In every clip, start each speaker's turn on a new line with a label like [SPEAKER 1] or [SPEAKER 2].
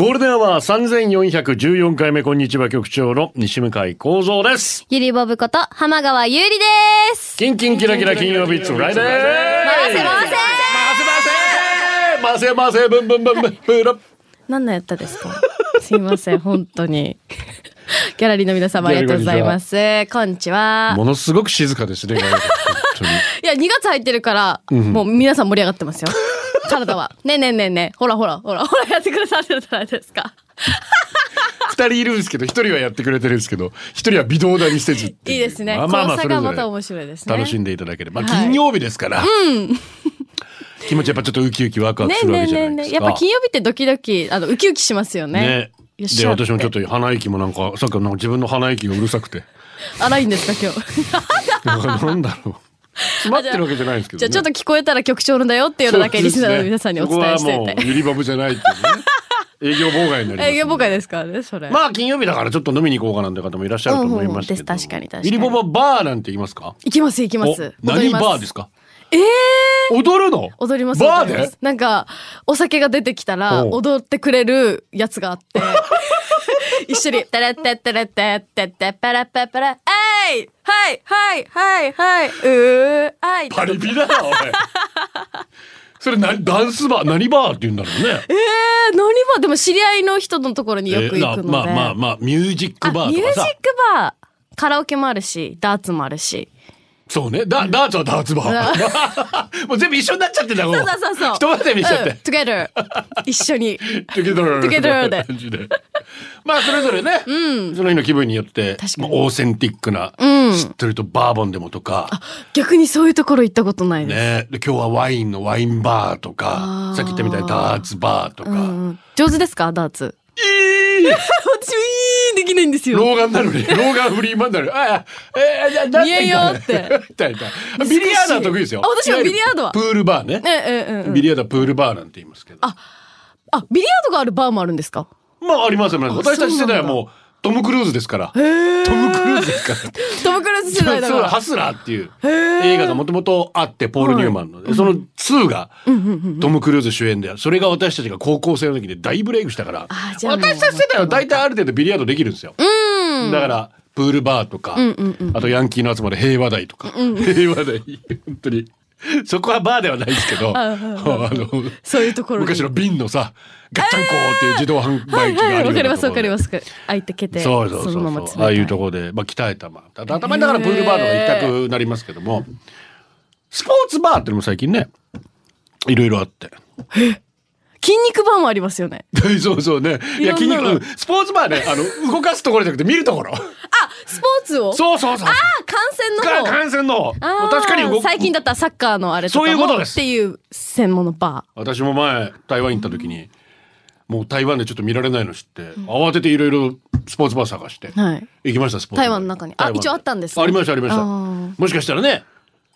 [SPEAKER 1] ゴールデンは三千四百十四回目こんにちは局長の西向井光三です。
[SPEAKER 2] ゆりぼぶこと浜川ゆりです。
[SPEAKER 1] キンキンキラキラ金曜日つらいでー
[SPEAKER 2] 回せ回せ。
[SPEAKER 1] 回せ回せブンブンブンブンブラッ
[SPEAKER 2] 何のやったですか。 すいません本当に。 ギャラリーの皆様ありがとうございます。こんにちは。
[SPEAKER 1] ものすごく静かですね。本当に
[SPEAKER 2] いや2月入ってるから、もう皆さん盛り上がってますよ。 体は。ねえねえねえねえ。ほらほらほらほらやってくださってるじゃないですか。
[SPEAKER 1] 二人いるんですけど、一人はやってくれてるんですけど、一人は微動だにせずってう
[SPEAKER 2] いいですね。
[SPEAKER 1] まあまあまあ
[SPEAKER 2] こ
[SPEAKER 1] それ
[SPEAKER 2] の差が
[SPEAKER 1] ぞ
[SPEAKER 2] ま
[SPEAKER 1] れ
[SPEAKER 2] た面白いですね。
[SPEAKER 1] 楽しんでいただければ、まあ
[SPEAKER 2] はい
[SPEAKER 1] 金曜日ですから。気持ちやっぱちょっとウキウキワクワク
[SPEAKER 2] ね
[SPEAKER 1] す
[SPEAKER 2] え
[SPEAKER 1] る
[SPEAKER 2] ね
[SPEAKER 1] わ
[SPEAKER 2] え
[SPEAKER 1] けじ
[SPEAKER 2] ね
[SPEAKER 1] ゃないで
[SPEAKER 2] えね
[SPEAKER 1] す
[SPEAKER 2] え。
[SPEAKER 1] か。
[SPEAKER 2] やっぱ金曜日ってドキドキあのウキウキしますよね
[SPEAKER 1] ね。
[SPEAKER 2] よっし
[SPEAKER 1] で
[SPEAKER 2] ゃ
[SPEAKER 1] 私もちょってと鼻息もなんかさっきのなんか自分の鼻息がうるさくて
[SPEAKER 2] 荒いんですか今日。
[SPEAKER 1] なんかなんだろ う詰まってるわけじゃないんですけど、
[SPEAKER 2] じゃ
[SPEAKER 1] ね、
[SPEAKER 2] あちょっと聞こえたら局長のだよっていうのだけリスナーの皆さんにお伝えし
[SPEAKER 1] そうです
[SPEAKER 2] て
[SPEAKER 1] ねそこはも
[SPEAKER 2] て。
[SPEAKER 1] うゆりバブじゃないっていうね営業妨害になります
[SPEAKER 2] 営業妨害ですからね、それ。
[SPEAKER 1] まあ金曜日だからちょっと飲みに行こうかなんて方もいらっしゃると思いますけ
[SPEAKER 2] うんうんうんです
[SPEAKER 1] ど
[SPEAKER 2] 確かに確かに
[SPEAKER 1] ゆりぼぼバーなんて言いますか
[SPEAKER 2] 行きます行きます。
[SPEAKER 1] お何バーです
[SPEAKER 2] か
[SPEAKER 1] か
[SPEAKER 2] ええ
[SPEAKER 1] 踊るの
[SPEAKER 2] 踊ります
[SPEAKER 1] バー
[SPEAKER 2] 踊りま
[SPEAKER 1] です
[SPEAKER 2] なんか、お酒が出てきたら、
[SPEAKER 1] おう
[SPEAKER 2] 踊ってくれるやつがあって、一緒に、タラッタッタラッタッタッタッパラッパッパラ、えいはいはいはいはいうーあい
[SPEAKER 1] パリピだなおいそれ何ダンスバー何バーって言うんだろうね
[SPEAKER 2] えー、何バーでも知り合いの人のところによく行くので。
[SPEAKER 1] えーまあまあまあまあミュージックバ
[SPEAKER 2] あ
[SPEAKER 1] ー
[SPEAKER 2] ミュ
[SPEAKER 1] と
[SPEAKER 2] ージ
[SPEAKER 1] か
[SPEAKER 2] ック
[SPEAKER 1] さ
[SPEAKER 2] バーカラオケもあるしダーツもあるし
[SPEAKER 1] そうね。ダダーツはダーツバー。 もう全部一緒になっちゃってんだもん。
[SPEAKER 2] そうそうそうそう
[SPEAKER 1] 一まで見しちゃって。
[SPEAKER 2] Together 一緒に
[SPEAKER 1] Together
[SPEAKER 2] Together で
[SPEAKER 1] 感じで。まあそれぞれね、その日の気分によって
[SPEAKER 2] 確、か
[SPEAKER 1] ま
[SPEAKER 2] に
[SPEAKER 1] あオーセンティックな、知ってるとバーボンでもとか、
[SPEAKER 2] 逆にそういうところ行ったことないです、
[SPEAKER 1] ね、で今日はワインのワインバーと
[SPEAKER 2] あ
[SPEAKER 1] か、
[SPEAKER 2] ー
[SPEAKER 1] さっき言ったみたいにダーツバーとか、
[SPEAKER 2] うん、上手ですかダーツ
[SPEAKER 1] えー
[SPEAKER 2] 私もいいできないんですよ
[SPEAKER 1] 老眼なのに、老眼フリーマンなのに、ああ、えー、じゃあ、
[SPEAKER 2] 見えようって
[SPEAKER 1] みたいなビリヤードは得意ですよ。
[SPEAKER 2] あ私もビリヤードはい
[SPEAKER 1] わゆるプールバーね。
[SPEAKER 2] ええええ
[SPEAKER 1] ビリヤードはプールバーなんて言いますけど。
[SPEAKER 2] あビリヤードがあるバーもあるんですか
[SPEAKER 1] まあありますよね。私たち世代はもうトム・クルーズですから。トム・クルーズですから。
[SPEAKER 2] トム・クルーズ世代だ
[SPEAKER 1] そうそう
[SPEAKER 2] か
[SPEAKER 1] ハ
[SPEAKER 2] ら
[SPEAKER 1] スラーっていう映画がもともとあってポール・ニューマンの、その2がトム・クルーズ主演でそれが私たちが高校生の時で大ブレイクしたから
[SPEAKER 2] あーじゃあもう
[SPEAKER 1] 私たち世代は大体ある程度ビリヤードできるんですよ。だからプールバーとか、あとヤンキーの集まる平和台とか、平和台本当にそこはバーではないですけど あの
[SPEAKER 2] そういうところに
[SPEAKER 1] 昔の瓶のさガッチャンコーっていう自動販
[SPEAKER 2] は
[SPEAKER 1] 売
[SPEAKER 2] い
[SPEAKER 1] 機があ
[SPEAKER 2] は
[SPEAKER 1] る
[SPEAKER 2] い
[SPEAKER 1] ようなところで
[SPEAKER 2] わかりますわかります開いてけて
[SPEAKER 1] そうそうそう
[SPEAKER 2] のまま
[SPEAKER 1] そう
[SPEAKER 2] 詰め
[SPEAKER 1] ああ
[SPEAKER 2] た
[SPEAKER 1] いうところで、まあ、鍛えたまあたたまにだからプールバーとか行きたくなりますけどもスポーツバーってのも最近ねいろいろあって。
[SPEAKER 2] 筋肉バーもありますよね
[SPEAKER 1] そうそうね。いや、
[SPEAKER 2] い
[SPEAKER 1] 筋
[SPEAKER 2] ろん
[SPEAKER 1] 肉、
[SPEAKER 2] な
[SPEAKER 1] う
[SPEAKER 2] の
[SPEAKER 1] んスポーツバーね、あの、動かすところじゃなくて見るところ。
[SPEAKER 2] あスポーツを
[SPEAKER 1] そうそうそう。
[SPEAKER 2] あ感染
[SPEAKER 1] が
[SPEAKER 2] の方
[SPEAKER 1] 感染の。
[SPEAKER 2] あー
[SPEAKER 1] 確かに動く。
[SPEAKER 2] 最近だったらサッカーのあれとかも
[SPEAKER 1] そういうことです
[SPEAKER 2] っていう専門のバ
[SPEAKER 1] 私も前、台湾行った時に、もう台湾でちょっと見られないの知って、慌てていろいろスポーツバー探して。
[SPEAKER 2] ーはい
[SPEAKER 1] 行きましたスポーツ
[SPEAKER 2] 台湾の中にあ
[SPEAKER 1] 台湾
[SPEAKER 2] 一応あったんですね
[SPEAKER 1] ありましたありまし
[SPEAKER 2] あ
[SPEAKER 1] た
[SPEAKER 2] ー
[SPEAKER 1] もしかしたらね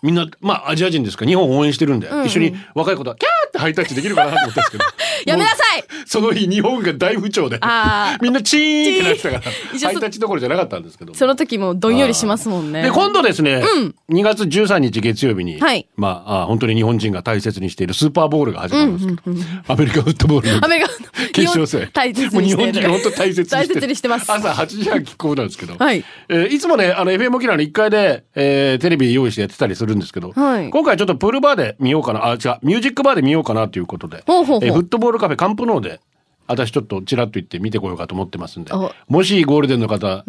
[SPEAKER 1] みんなまあアジア人ですから日本を応援してるんで、一緒に若い子とはキャーってハイタッチできるかなと思ったんですけど
[SPEAKER 2] やめなさい
[SPEAKER 1] もうその日日本が大不調で
[SPEAKER 2] あー
[SPEAKER 1] みんなチーンってなってたから
[SPEAKER 2] 一応
[SPEAKER 1] ハ
[SPEAKER 2] そ
[SPEAKER 1] イタッチどころじゃなかったんですけど
[SPEAKER 2] その時もどんよりしますもんね。
[SPEAKER 1] で今度ですね、2月13日月曜日に、
[SPEAKER 2] はい
[SPEAKER 1] まああ本当に日本人が大切にしているスーパーボールが始まるんですけど、アメリカフットボールの
[SPEAKER 2] アメリカの
[SPEAKER 1] 決勝戦。
[SPEAKER 2] 大切
[SPEAKER 1] もう
[SPEAKER 2] に
[SPEAKER 1] 日
[SPEAKER 2] して
[SPEAKER 1] 本
[SPEAKER 2] る
[SPEAKER 1] 人が本当大切にしてる
[SPEAKER 2] 大切にしてます。
[SPEAKER 1] 朝8時半キックオフなんですけど。
[SPEAKER 2] はい
[SPEAKER 1] えーいつもね、あの FM 沖縄の1階で、えーテレビ用意してやってたりするんですけど、
[SPEAKER 2] はい
[SPEAKER 1] 今回ちょっとプールバーで見ようかな、あ、違う、ミュージックバーで見ようかなということで、
[SPEAKER 2] ほうほうほう
[SPEAKER 1] えーフットボールカフェカンプノーで、私ちょっとちらっと行って見てこようかと思ってますんで
[SPEAKER 2] お、
[SPEAKER 1] もしゴールデンの方、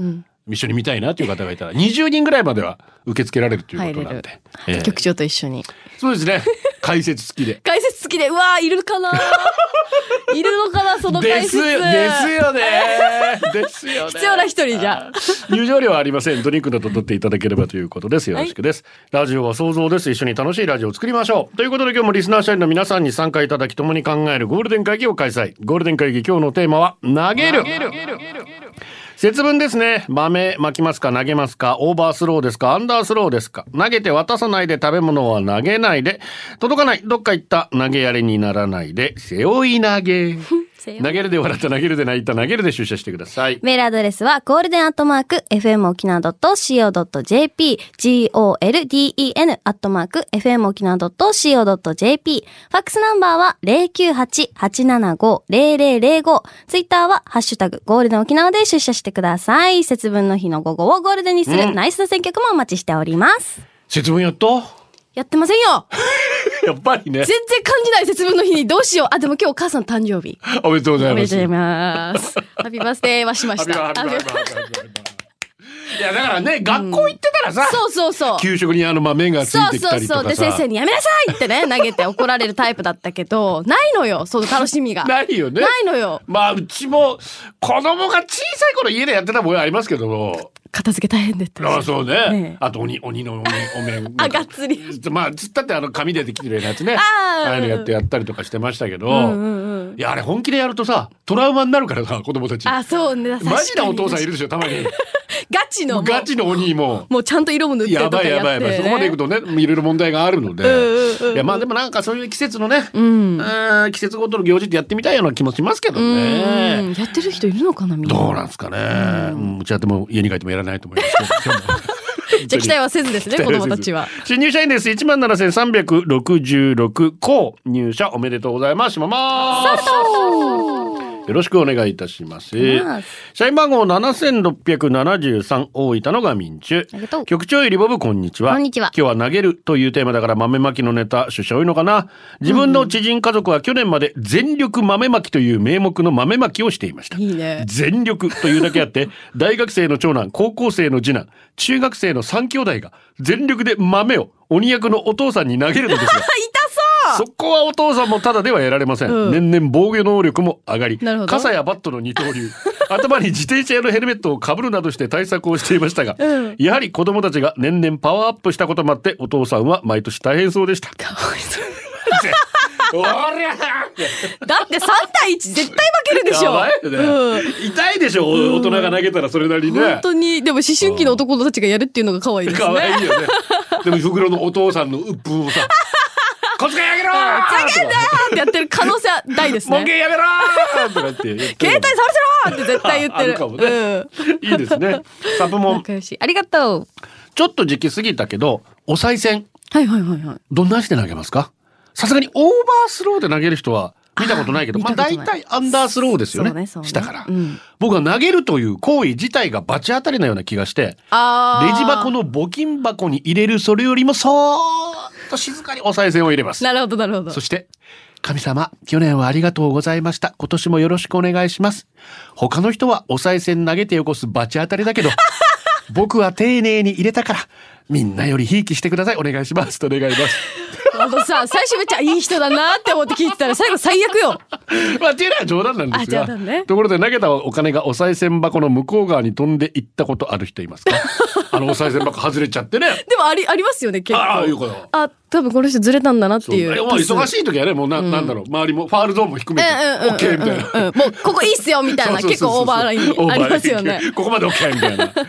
[SPEAKER 1] 一緒に見たいなという方がいたら、20人ぐらいまでは受け付けられるという
[SPEAKER 2] 入
[SPEAKER 1] こ
[SPEAKER 2] れ
[SPEAKER 1] となん
[SPEAKER 2] る
[SPEAKER 1] で。えー
[SPEAKER 2] 局長と一緒に。
[SPEAKER 1] そうですね。解説付き で。
[SPEAKER 2] 解説好きで、うわー、いるかないるのかな、その
[SPEAKER 1] で
[SPEAKER 2] 解
[SPEAKER 1] す
[SPEAKER 2] 説。
[SPEAKER 1] ですよね。ですよ ね。
[SPEAKER 2] 必要な一人じゃ。
[SPEAKER 1] 入場料はありません。ドリンクなど取っていただければということです。よろしくです。ラジオは想像です。一緒に楽しいラジオを作りましょう。ということで今日もリスナー社員の皆さんに参加いただき共に考えるゴールデン会議を開催。ゴールデン会議今日のテーマは投げる。節分ですね。豆巻きますか投げますかオーバースローですかアンダースローですか投げて渡さないで食べ物は投げないで。届かない。どっか行った。投げやれにならないで。背負い投げ。
[SPEAKER 2] せ
[SPEAKER 1] 投げるで笑った、投げるで泣いた、投げるで出社してください。
[SPEAKER 3] メールアドレスは、ゴールデンアットマーク、fmokina.co.jp、golden アットマーク、fmokina.co.jp。ファックスナンバーは、098-875-0005。ツイッターは、ハッシュタグ、ゴールデン沖縄で出社してください。節分の日の午後をゴールデンにする、ナイスな選曲もお待ちしております。
[SPEAKER 1] 節分やった
[SPEAKER 2] やってませんよ
[SPEAKER 1] やっぱりね
[SPEAKER 2] 全。然感じない節分の日にどうしようあ、でも今日お母さん誕生日。
[SPEAKER 1] おめでとうござ
[SPEAKER 2] お
[SPEAKER 1] い
[SPEAKER 2] め
[SPEAKER 1] ま
[SPEAKER 2] でと
[SPEAKER 1] す。
[SPEAKER 2] うございます。 ハッピーバースデーはしました。
[SPEAKER 1] ハッピーバースデー
[SPEAKER 2] ハッピーバースデー
[SPEAKER 1] ハッピーバースデーハッピーバースデーいや、だからね、学校行ってたらさ、
[SPEAKER 2] そうそうそう。
[SPEAKER 1] 給食にあの、まあ、麺がつい
[SPEAKER 2] そ
[SPEAKER 1] て
[SPEAKER 2] う
[SPEAKER 1] きた
[SPEAKER 2] そう
[SPEAKER 1] りと
[SPEAKER 2] そう。
[SPEAKER 1] か
[SPEAKER 2] で、
[SPEAKER 1] さ
[SPEAKER 2] 先。生にやめなさいってね、投げて怒られるタイプだったけど、ないのよ、その楽しみが。
[SPEAKER 1] ないよね。
[SPEAKER 2] ないのよ。
[SPEAKER 1] まあ、うちも、子供が小さい頃家でやってたもんありますけども。
[SPEAKER 2] 片付け大変でって。
[SPEAKER 1] ああ、そう
[SPEAKER 2] ね
[SPEAKER 1] ね
[SPEAKER 2] え。
[SPEAKER 1] あと、鬼、鬼のお面。お面
[SPEAKER 2] あがっつり。
[SPEAKER 1] まあ、つったってあの、紙でできてるやつね。
[SPEAKER 2] あー
[SPEAKER 1] ああいうのやってやったりとかしてましたけど。
[SPEAKER 2] うんうんうん。
[SPEAKER 1] いや、あれ本気でやるとさ、トラウマになるからさ、子供たち。
[SPEAKER 2] あ、そうね。
[SPEAKER 1] マジなお父さんいる
[SPEAKER 2] る。
[SPEAKER 1] でしょ、たまに。
[SPEAKER 2] ガチ の。もう
[SPEAKER 1] ガチの鬼も。
[SPEAKER 2] もうちゃんと色も塗ってと
[SPEAKER 1] やば
[SPEAKER 2] か
[SPEAKER 1] い
[SPEAKER 2] やって、ね。
[SPEAKER 1] やばいやばい。そこまでいくとね、いろいろ問題があるので。いや、まあでもなんかそういう季節のね、
[SPEAKER 2] うん。
[SPEAKER 1] うん季節ごとの行事ってやってみたいような気もしますけど
[SPEAKER 2] う
[SPEAKER 1] ね。
[SPEAKER 2] ん。やってる人いるのかな、みんな。
[SPEAKER 1] どうなんですかね。うんうちはでも家に帰ってもやらないと思いますけど。
[SPEAKER 2] じゃあ期待はせずですね、
[SPEAKER 1] 期
[SPEAKER 2] 子
[SPEAKER 1] 待はせず
[SPEAKER 2] 供たちは。
[SPEAKER 1] 新入社員です。17,366校入社おめでとうございます。しまます。よろしくお願いいたします。社員番号7673大分のが民中
[SPEAKER 3] ありがとう。
[SPEAKER 1] 局長よりボブこんにちは。
[SPEAKER 3] こんにちは
[SPEAKER 1] 今日は投げるというテーマだから豆まきのネタ主将多いのかな。自分の知人家族は去年まで全力豆まきという名目の豆まきをしていました。
[SPEAKER 2] いいね。
[SPEAKER 1] 全力というだけあって大学生の長男高校生の次男中学生の3兄弟が全力で豆を鬼役のお父さんに投げるのです が痛そうそこはお父さんもただではやられません、
[SPEAKER 2] うん
[SPEAKER 1] 年々防御能力も上がり
[SPEAKER 2] なるほど
[SPEAKER 1] 傘やバットの二刀 流頭に自転車用のヘルメットをかぶるなどして対策をしていましたが、
[SPEAKER 2] うん
[SPEAKER 1] やはり子供たちが年々パワーアップしたこともあってお父さんは毎年大変そうでした。 おりゃー
[SPEAKER 2] だって3対1絶対負けるでしょ。
[SPEAKER 1] やばいよね
[SPEAKER 2] うん
[SPEAKER 1] 痛いでしょお大人が投げたらそれなりにね。
[SPEAKER 2] 本当に、でも思春期の男たちがやるっていうのが可愛いですね。
[SPEAKER 1] 可愛いよね。でも、袋のお父さんの鬱憤 をさ、小遣いあげろー
[SPEAKER 2] ふざけんなよってやってる可能性は大です
[SPEAKER 1] 文
[SPEAKER 2] ね。
[SPEAKER 1] 芸やめ ろーとかって言ってる
[SPEAKER 2] 携帯されてろって絶対言っ
[SPEAKER 1] あ
[SPEAKER 2] てる。
[SPEAKER 1] るかもねいいですね。サプ
[SPEAKER 2] うん。
[SPEAKER 1] モン、
[SPEAKER 2] 仲良し。ありがとう。
[SPEAKER 1] ちょっと時期過ぎたけど、お賽銭、
[SPEAKER 2] はいはいはいはい。
[SPEAKER 1] どんなして投げますかさすがにオーバースローで投げる人は見たことないけど、
[SPEAKER 2] あー
[SPEAKER 1] まあ
[SPEAKER 2] 見たこと
[SPEAKER 1] 大
[SPEAKER 2] ない
[SPEAKER 1] 体アンダースローですよね。
[SPEAKER 2] そうねそうね
[SPEAKER 1] 下から、
[SPEAKER 2] うん
[SPEAKER 1] 僕は投げるという行為自体が罰当たりなような気がして、
[SPEAKER 2] あー
[SPEAKER 1] レジ箱の募金箱に入れるそれよりもそーっと静かにお賽銭を入れます。
[SPEAKER 2] なるほどなるほど
[SPEAKER 1] そ。して、神様、去年はありがとうございました。今年もよろしくお願いします。他の人はお賽銭投げてよこす罰当たりだけ ど、僕は丁寧に入れたから、みんなよりひいきしてください。お願いします。と願い ます。
[SPEAKER 2] あのさ、最初めっちゃいい人だなって思って聞いてたら最後最悪よ。
[SPEAKER 1] まあ、っていうのは冗談なんです
[SPEAKER 2] あ冗
[SPEAKER 1] が、
[SPEAKER 2] 談ね
[SPEAKER 1] ところで投げたお金がお賽銭箱の向こう側に飛んでいったことある人い ますかあのお賽銭箱外れちゃってね。
[SPEAKER 2] でもあり、ありますよね、結構。
[SPEAKER 1] ああ、いうこと。
[SPEAKER 2] あ、多分この人ずれたんだなって
[SPEAKER 1] そう
[SPEAKER 2] いう。
[SPEAKER 1] えまあ忙しい時はね、もうな、なんだろう、周りもファールゾーンも低めて、
[SPEAKER 2] うんうんうん
[SPEAKER 1] OK みたいな。
[SPEAKER 2] うんうんもうここいいっすよみたい
[SPEAKER 1] そ
[SPEAKER 2] な
[SPEAKER 1] うそう
[SPEAKER 2] 結
[SPEAKER 1] そうそう
[SPEAKER 2] 構オーバーラインありますよね。
[SPEAKER 1] ここまで OK みたいな。確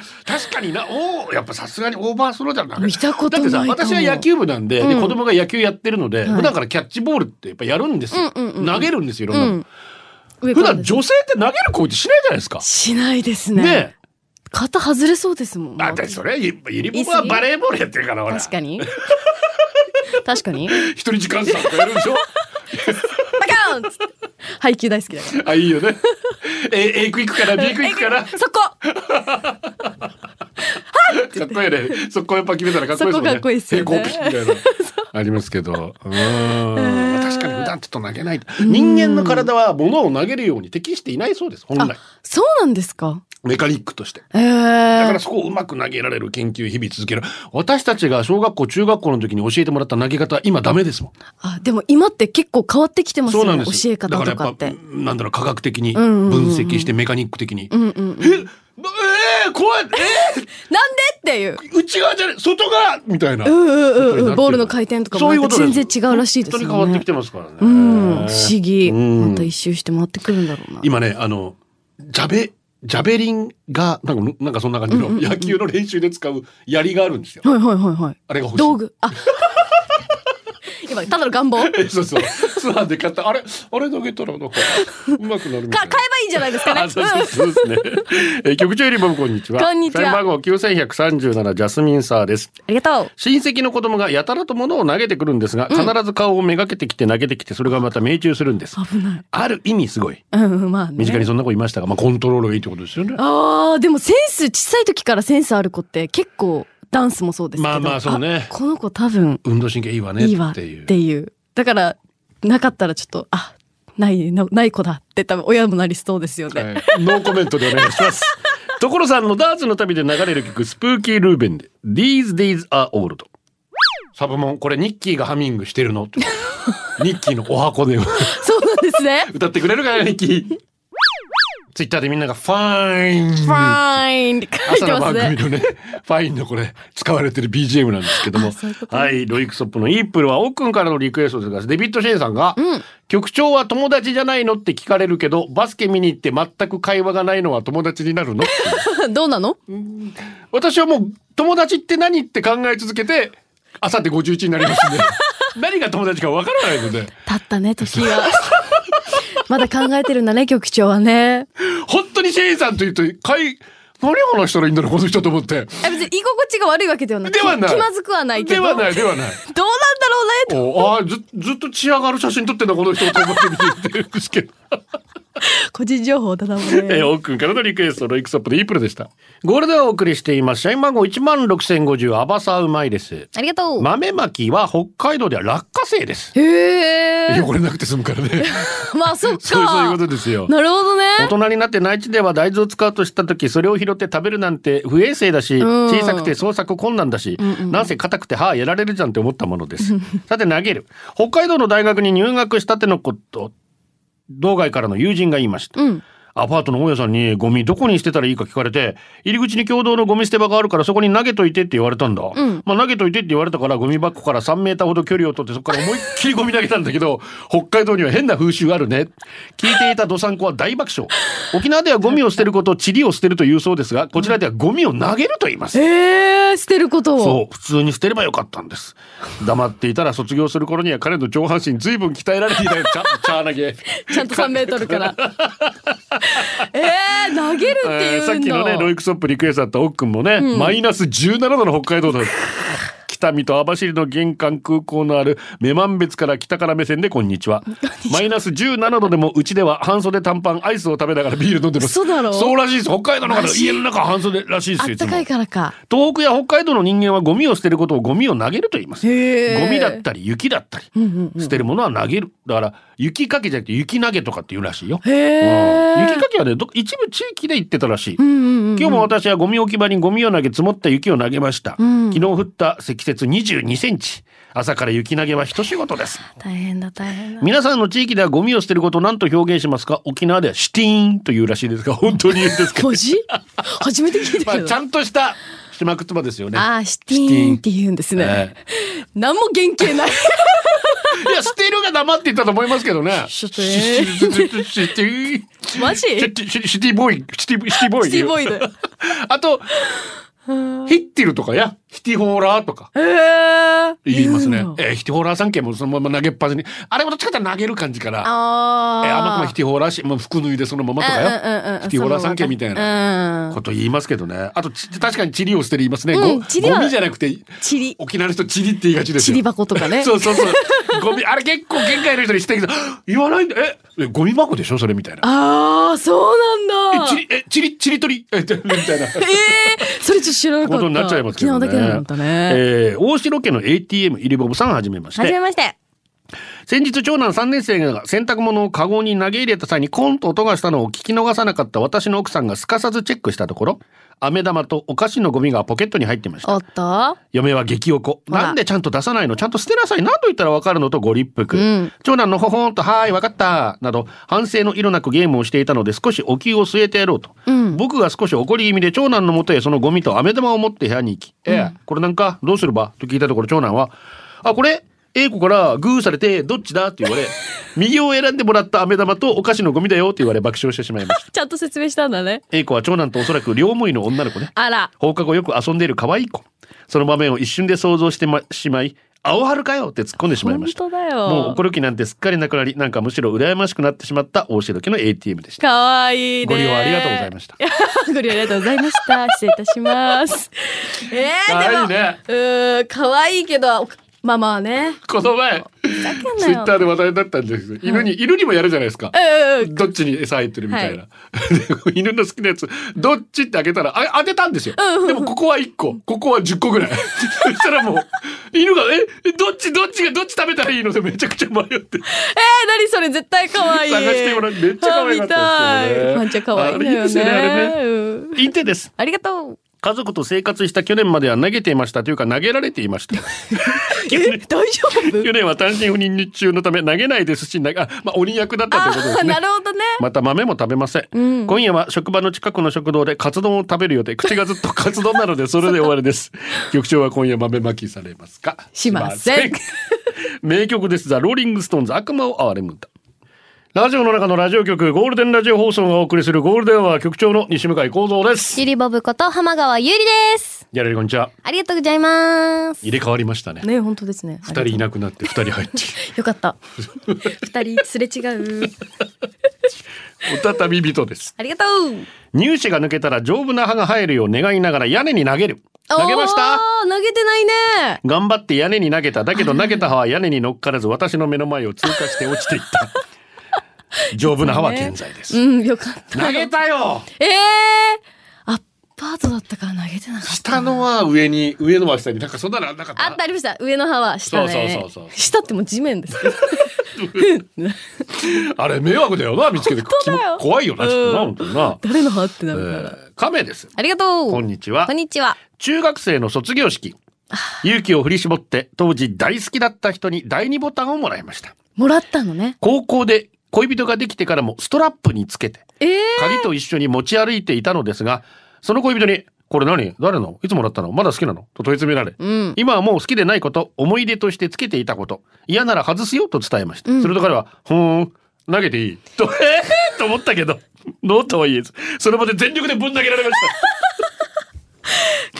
[SPEAKER 1] かにな、おお、やっぱさすがにオーバースローじゃなく
[SPEAKER 2] 見たことないかも
[SPEAKER 1] だってさ、私は野球部なんで、で子供が野球やってるので、普段からキャッチボールってやっぱやるんですよ。
[SPEAKER 2] うんうんうん
[SPEAKER 1] 投げるんですよ、いろんなの。
[SPEAKER 2] 上
[SPEAKER 1] 普
[SPEAKER 2] から
[SPEAKER 1] 段
[SPEAKER 2] です
[SPEAKER 1] 女性って投げる行為しないじゃないですか。
[SPEAKER 2] しないですね。
[SPEAKER 1] ね
[SPEAKER 2] 肩外れそうですもん。
[SPEAKER 1] え。あ、だってそれ、ゆゆりぼはバレーボールやってるから、ほら。
[SPEAKER 2] 確かに。確かに。
[SPEAKER 1] 一人時間差とかやるでしょ
[SPEAKER 2] バカーンっつって配給大好きだから。
[SPEAKER 1] あ、いいよね。A, A 区行くから、B 区行く から。
[SPEAKER 2] そこ
[SPEAKER 1] かっこいい ね。そこやっぱ決めたらかっこいいですもんね。
[SPEAKER 2] そこかっこいいっすよね
[SPEAKER 1] 平行ピッみたいな。 ありますけど。うーん。確かに普段ちょっと投げない。人間の体は物を投げるように適していないそうです。本来。
[SPEAKER 2] そうなんですか
[SPEAKER 1] メカニックとして。
[SPEAKER 2] ええ
[SPEAKER 1] だからそこをうまく投げられる研究を日々続ける。私たちが小学校、中学校の時に教えてもらった投げ方は今ダメですもん。
[SPEAKER 2] あ、でも今って結構変わってきてます
[SPEAKER 1] そう
[SPEAKER 2] よ
[SPEAKER 1] なん
[SPEAKER 2] ね。
[SPEAKER 1] で
[SPEAKER 2] 教
[SPEAKER 1] す
[SPEAKER 2] え方
[SPEAKER 1] だ
[SPEAKER 2] と
[SPEAKER 1] から
[SPEAKER 2] か
[SPEAKER 1] や
[SPEAKER 2] っ
[SPEAKER 1] っぱ
[SPEAKER 2] て。、
[SPEAKER 1] なんだろう、科学的に
[SPEAKER 2] んうんうんうん
[SPEAKER 1] 分析してメカニック的に。
[SPEAKER 2] うんうんうん。なんで
[SPEAKER 1] え、えー、怖いえ
[SPEAKER 2] っていう。
[SPEAKER 1] ー、内側じゃない外側みたいな。
[SPEAKER 2] うんうん
[SPEAKER 1] そう
[SPEAKER 2] うん
[SPEAKER 1] なって
[SPEAKER 2] う
[SPEAKER 1] る
[SPEAKER 2] ん。ボールの回転とかも
[SPEAKER 1] そういうこ
[SPEAKER 2] なんか
[SPEAKER 1] とです
[SPEAKER 2] 全然違うらしいですよね。
[SPEAKER 1] 本当に変わってきてますからね。
[SPEAKER 2] うん、不思議。
[SPEAKER 1] うん
[SPEAKER 2] また一周して回ってくるんだろうな。
[SPEAKER 1] 今ね、あの、ジャベジャベリンがなんかなんかそんな感じの野球の練習で使う槍があるんですよ。
[SPEAKER 2] はいはいはいはい。
[SPEAKER 1] あれが欲しい。
[SPEAKER 2] 道具。あ 今、ただの願望。か、買え
[SPEAKER 1] え そうそう。ツアーで買ったあれあれ投げたらなんかうまくなるみたいな。
[SPEAKER 2] ばいいんじゃないですかね。
[SPEAKER 1] あそうそうそうですね。えー局長よりもこんにちは。
[SPEAKER 2] こんにちは
[SPEAKER 1] 社員番号九千百三十七ジャスミンサーです。
[SPEAKER 2] ありがとう。
[SPEAKER 1] 親戚の子供がやたらと物を投げてくるんですが、必ず顔をめがけてきて投げてきて、それがまた命中するんです。
[SPEAKER 2] 危ない。
[SPEAKER 1] ある意味すごい。
[SPEAKER 2] うんうん、まあね。
[SPEAKER 1] 身近にそんな子いましたが、まあコントロールがいいってことですよね。
[SPEAKER 2] ああ、でもセンス、小さい時からセンスある子って結構ダンスもそうですけど。
[SPEAKER 1] まあまあそうね
[SPEAKER 2] あこの子多分
[SPEAKER 1] 運動神経いいわね
[SPEAKER 2] いいわっ
[SPEAKER 1] ってて
[SPEAKER 2] い。
[SPEAKER 1] いうう。
[SPEAKER 2] だから、なかったらちょっと、あ、ない、なない子だって多分親もなりそうですよね。
[SPEAKER 1] はいノーコメントでお願いします。 所さんのダーツの旅で流れる曲、スプーキールーベンで、These Days Are Old。サブモン、これニッキーがハミングしてるの ってニッキーのお箱で。
[SPEAKER 2] そうなんですね。
[SPEAKER 1] 歌ってくれるかな、ニッキー。ツイッターでみんながファイン。
[SPEAKER 2] ファインって
[SPEAKER 1] 朝
[SPEAKER 2] 書いて
[SPEAKER 1] の
[SPEAKER 2] ます
[SPEAKER 1] 番組
[SPEAKER 2] ね。
[SPEAKER 1] のね、ファインのこれ、使われてる BGM なんですけども。はい、ロイクソップのイープルは、奥君からのリクエストですが、デビッド・シェーンさんが、局長は友達じゃないのって聞かれるけど、バスケ見に行って全く会話がないのは友達になるの っていう
[SPEAKER 2] どうなの
[SPEAKER 1] 私はもう、友達って何って考え続けて、あさって51になります んで、何が友達かわからないので、
[SPEAKER 2] たったね、時 は。まだ考えてるんだね、局長はね。
[SPEAKER 1] 本当にシェーンさんと言うと、会、何話したらいいんだろう、この人と思って。
[SPEAKER 2] え別に居心地が悪いわけではなく
[SPEAKER 1] ではない。
[SPEAKER 2] 気まずくはないけど。
[SPEAKER 1] ではない、
[SPEAKER 2] ど
[SPEAKER 1] ではない。
[SPEAKER 2] うなんだろうねと
[SPEAKER 1] おあーずずっと血上がる写真撮ってんだこの人と思って見て言ってるんです けど、
[SPEAKER 2] 個人情報だなもん
[SPEAKER 1] えー、
[SPEAKER 2] ね。
[SPEAKER 1] おっくんからのリクエストロイクソップでイープルでしたゴールデンをお送りしています社員番号16050アバサーうまいです
[SPEAKER 3] ありがとう。
[SPEAKER 1] 豆まきは北海道では落花生です
[SPEAKER 2] へえ。
[SPEAKER 1] 汚れなくて済むからね
[SPEAKER 2] まあそっか。
[SPEAKER 1] そうそういうことですよ
[SPEAKER 2] なるほどね。
[SPEAKER 1] 大人になって内地では大豆を使うとした時それを拾って食べるなんて不衛生だし
[SPEAKER 2] ん
[SPEAKER 1] 小さくて操作困難だし、なんせ硬くて歯やられるじゃんって思ったものですさて投げる北海道の大学に入学したてのこと道外からの友人が言いました、
[SPEAKER 2] うん
[SPEAKER 1] アパートの大家さんにゴミどこに捨てたらいいか聞かれて入り口に共同のゴミ捨て場があるからそこに投げといてって言われたんだ、まあ投げといてって言われたからゴミ箱から3メーターほど距離を取ってそこから思いっきりゴミ投げたんだけど北海道には変な風習があるね聞いていたどさんこは大爆笑沖縄ではゴミを捨てることを塵を捨てるというそうですがこちらではゴミを投げると言います
[SPEAKER 2] ええ、捨てることを。
[SPEAKER 1] そう普通に捨てればよかったんです黙っていたら卒業する頃には彼の上半身随分鍛えられていたよちゃチャー投げ
[SPEAKER 2] ちゃんと3メート ルから。えー、投げるってい
[SPEAKER 1] え
[SPEAKER 2] う
[SPEAKER 1] ー
[SPEAKER 2] んだ。
[SPEAKER 1] さっきのねロイクソップリクエストだった奥君もね、マイナス17度の北海道だ北見と網走の玄関空港のある女満別から北から目線でこんにちはマイナス17度でもうちでは半袖短パンアイスを食べながらビール飲んでます
[SPEAKER 2] 嘘だろ
[SPEAKER 1] そうらしいです北海道の
[SPEAKER 2] マ
[SPEAKER 1] 方
[SPEAKER 2] ジ
[SPEAKER 1] 家の中半袖らしいで
[SPEAKER 2] あ
[SPEAKER 1] すよ
[SPEAKER 2] っ
[SPEAKER 1] いつ
[SPEAKER 2] た
[SPEAKER 1] も
[SPEAKER 2] かいからか。
[SPEAKER 1] 東北や北海道の人間はゴミを捨てることをゴミを投げると言います。
[SPEAKER 2] へー
[SPEAKER 1] ゴミだったり雪だったり、捨てるものは投げる。だから雪かけじゃなくて雪投げとかって言うらしいよ。
[SPEAKER 2] へえ
[SPEAKER 1] うん雪かきはね、ど一部地域で言ってたらしい。今日も私はゴミ置き場にゴミを投げ積もった雪を投げました。昨日降った積雪22センチ。朝から雪投げは一仕事です。
[SPEAKER 3] 大変だ大変だ。
[SPEAKER 1] 皆さんの地域ではゴミを捨てることを何と表現しますか沖縄ではシティーンというらしいですが、本当に言うんですか、
[SPEAKER 2] 文字初めて聞い
[SPEAKER 1] ま
[SPEAKER 2] たけ
[SPEAKER 1] あ、
[SPEAKER 2] ど。
[SPEAKER 1] ちゃんとした島くつばですよね。
[SPEAKER 2] ああ、シティーンって言うんですね
[SPEAKER 1] え。
[SPEAKER 2] 何も原型ない。
[SPEAKER 1] いや、捨てるが黙って言ったと思いますけどね。
[SPEAKER 2] ち
[SPEAKER 1] シ
[SPEAKER 2] ょっ
[SPEAKER 1] テ
[SPEAKER 2] とえー
[SPEAKER 1] ィ、シティ、
[SPEAKER 2] マジ
[SPEAKER 1] シティシティボーイ、シティ、シティボーイ。
[SPEAKER 2] シティボーイだよ。
[SPEAKER 1] あと、ヒッティルとかや、ヒティホーラーとか
[SPEAKER 2] えー、
[SPEAKER 1] 言いますね
[SPEAKER 2] 言うん。だ
[SPEAKER 1] えーヒティホーラー三件もそのまま投げっぱなしに。あれもどっちかっていうと投げる感じから。
[SPEAKER 2] あ
[SPEAKER 1] え
[SPEAKER 2] ー
[SPEAKER 1] ーあの子はヒティホーラーし、もう服脱いでそのままとか
[SPEAKER 2] うんうんうん
[SPEAKER 1] や。ヒティホーラー三件みたい
[SPEAKER 2] うん
[SPEAKER 1] なこと言いますけどね。あと、ち確かにチリを捨てる言いますね。
[SPEAKER 2] うん
[SPEAKER 1] ゴ
[SPEAKER 2] チリは
[SPEAKER 1] ゴミじゃなくて、
[SPEAKER 2] チリ。
[SPEAKER 1] 沖縄の人チリって言いがちです
[SPEAKER 2] チ
[SPEAKER 1] よ。
[SPEAKER 2] リ箱とか ね。
[SPEAKER 1] そうそうそう。ゴミ、あれ結構限界の人にしてるけど、言わないんだ。え、えゴミ箱でしょそれみたいな。
[SPEAKER 2] ああ、そうなん
[SPEAKER 1] え、
[SPEAKER 2] だ。
[SPEAKER 1] チリ、え、チリ、チリ取り、え、でみたいな。
[SPEAKER 2] えー、それちょっと知らなか
[SPEAKER 1] こ
[SPEAKER 2] った。
[SPEAKER 1] とになっちゃいますけどね。
[SPEAKER 2] 昨日だけなんだね。
[SPEAKER 1] えー大城家の ATM 入りボブさんはじめまし
[SPEAKER 3] はじめ
[SPEAKER 1] て。
[SPEAKER 3] まして。
[SPEAKER 1] 先日長男3年生が洗濯物をカゴに投げ入れた際にコンと音がしたのを聞き逃さなかった私の奥さんがすかさずチェックしたところ、飴玉とお菓子のゴミがポケットに入っていました。
[SPEAKER 2] おっと
[SPEAKER 1] 嫁は激おこ。
[SPEAKER 2] ほら
[SPEAKER 1] なんでちゃんと出さないのちゃんと捨てなさい。何と言ったらわかるのとご立腹。長男のほほんと、はーい、わかった。など、反省の色なくゲームをしていたので少しお灸を据えてやろうと。僕が少し怒り気味で長男のもとへそのゴミと飴玉を持って部屋に行き、ええ、これなんかどうすればと聞いたところ長男は、あ、これ A 子からグーされて、どっちだって言われ、右を選んでもらった飴玉とお菓子のゴミだよって言われ爆笑してしまいました。
[SPEAKER 2] ちゃんと説明したんだね。
[SPEAKER 1] A 子は長男とおそらく両思いの女の子ね。
[SPEAKER 2] あら。
[SPEAKER 1] 放課後よく遊んでいる可愛い子。その場面を一瞬で想像して、ま、しまい、青春かよって突っ込んでしまい
[SPEAKER 2] 本
[SPEAKER 1] ました。
[SPEAKER 2] 当だよ。
[SPEAKER 1] もう怒る気なんてすっかりなくなり、なんかむしろ羨ましくなってしまった大城家の ATM でした。
[SPEAKER 2] かわいいね。
[SPEAKER 1] ご利用ありがとうございました。
[SPEAKER 2] た。 ご利用ありがとうございました。失礼いたし ます。えー、でも、
[SPEAKER 1] いいね。
[SPEAKER 2] うーん、可愛いけど、ママはね。
[SPEAKER 1] この前、
[SPEAKER 3] なよ
[SPEAKER 1] ツイッターで話題になったんですけど犬に、犬にもやるじゃないですか。
[SPEAKER 2] うんうん
[SPEAKER 1] どっちに餌入ってるみたいな。で犬の好きなやつ、どっちって開けたら、あ当てたんですよ。でもここは1個、ここは10個ぐらい。そしたらもう、犬が、え、えどっちどっちがどっち食べたらいいのでめちゃくちゃ迷って。
[SPEAKER 2] えー、何それ絶対可愛い。
[SPEAKER 1] 探してもらうめっちゃ可愛かったですけどね
[SPEAKER 2] あ見たいめっちゃ可愛い
[SPEAKER 1] あ
[SPEAKER 2] んだ
[SPEAKER 1] れいい
[SPEAKER 2] よ
[SPEAKER 1] ですよねあれ
[SPEAKER 2] ね。
[SPEAKER 1] ね
[SPEAKER 2] うん
[SPEAKER 1] いてです。
[SPEAKER 2] ありがとう。
[SPEAKER 1] 家族と生活した去年までは投げていましたというか投げられていました。
[SPEAKER 2] え、大丈夫
[SPEAKER 1] 去年は単身赴任中のため投げないですし、投げあまあ鬼役だったということで
[SPEAKER 2] あ
[SPEAKER 1] すね
[SPEAKER 2] な。るほどね。
[SPEAKER 1] また豆も食べません、今夜は職場の近くの食堂でカツ丼を食べる予定口がずっとカツ丼なのでそれで終わりです局長は今夜豆まきされますか
[SPEAKER 2] しません
[SPEAKER 1] しません名曲ですザ・ローリングストーンズ悪魔を憐れむ歌ラジオの中のラジオ局ゴールデンラジオ放送がお送りするゴールデンは局長の西向井光三です
[SPEAKER 3] シリボブこと浜川ゆりです。
[SPEAKER 1] やれりこんにちは
[SPEAKER 3] ありがとうございます。
[SPEAKER 1] 入れ替わりましたね
[SPEAKER 2] ね、本当ですね。
[SPEAKER 1] 二人いなくなって二人入って
[SPEAKER 2] よかった。二人すれ違 う。
[SPEAKER 1] おたたみ人です
[SPEAKER 2] ありがとう。
[SPEAKER 1] 乳歯が抜けたら丈夫な歯が生えるよう願いながら屋根に投げる投げました
[SPEAKER 2] おー投げてないね。
[SPEAKER 1] 頑張って屋根に投げた。だけど投げた歯は屋根に乗っからず私の目の前を通過して落ちていった。 丈夫な歯は健在です。
[SPEAKER 2] うん、よかった。
[SPEAKER 1] 投げたよ
[SPEAKER 2] ええー、アッパートだったから投げてなかった。
[SPEAKER 1] 下のは上に、上のは下に。なんかそんなのあんなかった。
[SPEAKER 2] あったありました。上の歯は下ね。
[SPEAKER 1] そうそうそうそう
[SPEAKER 2] 下ってもう地面です けど。
[SPEAKER 1] あれ迷惑だよな、見つけて。
[SPEAKER 2] 当だよ
[SPEAKER 1] きも怖いよな、ちょっとな、本当にな。
[SPEAKER 2] 誰の歯ってな
[SPEAKER 1] え
[SPEAKER 2] るから。
[SPEAKER 1] ー亀です。
[SPEAKER 2] ありがとう。
[SPEAKER 1] こんにちは
[SPEAKER 2] こん。にちは。
[SPEAKER 1] 中学生の卒業式。勇気を振り絞って、当時大好きだった人に第二ボタンをもらいました。
[SPEAKER 2] もらったのね。
[SPEAKER 1] 高校で恋人ができてからもストラップにつけて、
[SPEAKER 2] ええ
[SPEAKER 1] 鍵と一緒に持ち歩いていたのですが、その恋人に、これ何誰のいつもらったのまだ好きなのと問い詰められ、
[SPEAKER 2] うん。
[SPEAKER 1] 今はもう好きでないこと、思い出としてつけていたこと、嫌なら外すよと伝えました。すると彼は、ふーん、投げていいと、えー、と思ったけど、ノーとは言えず、その場で全力でぶん投げられまし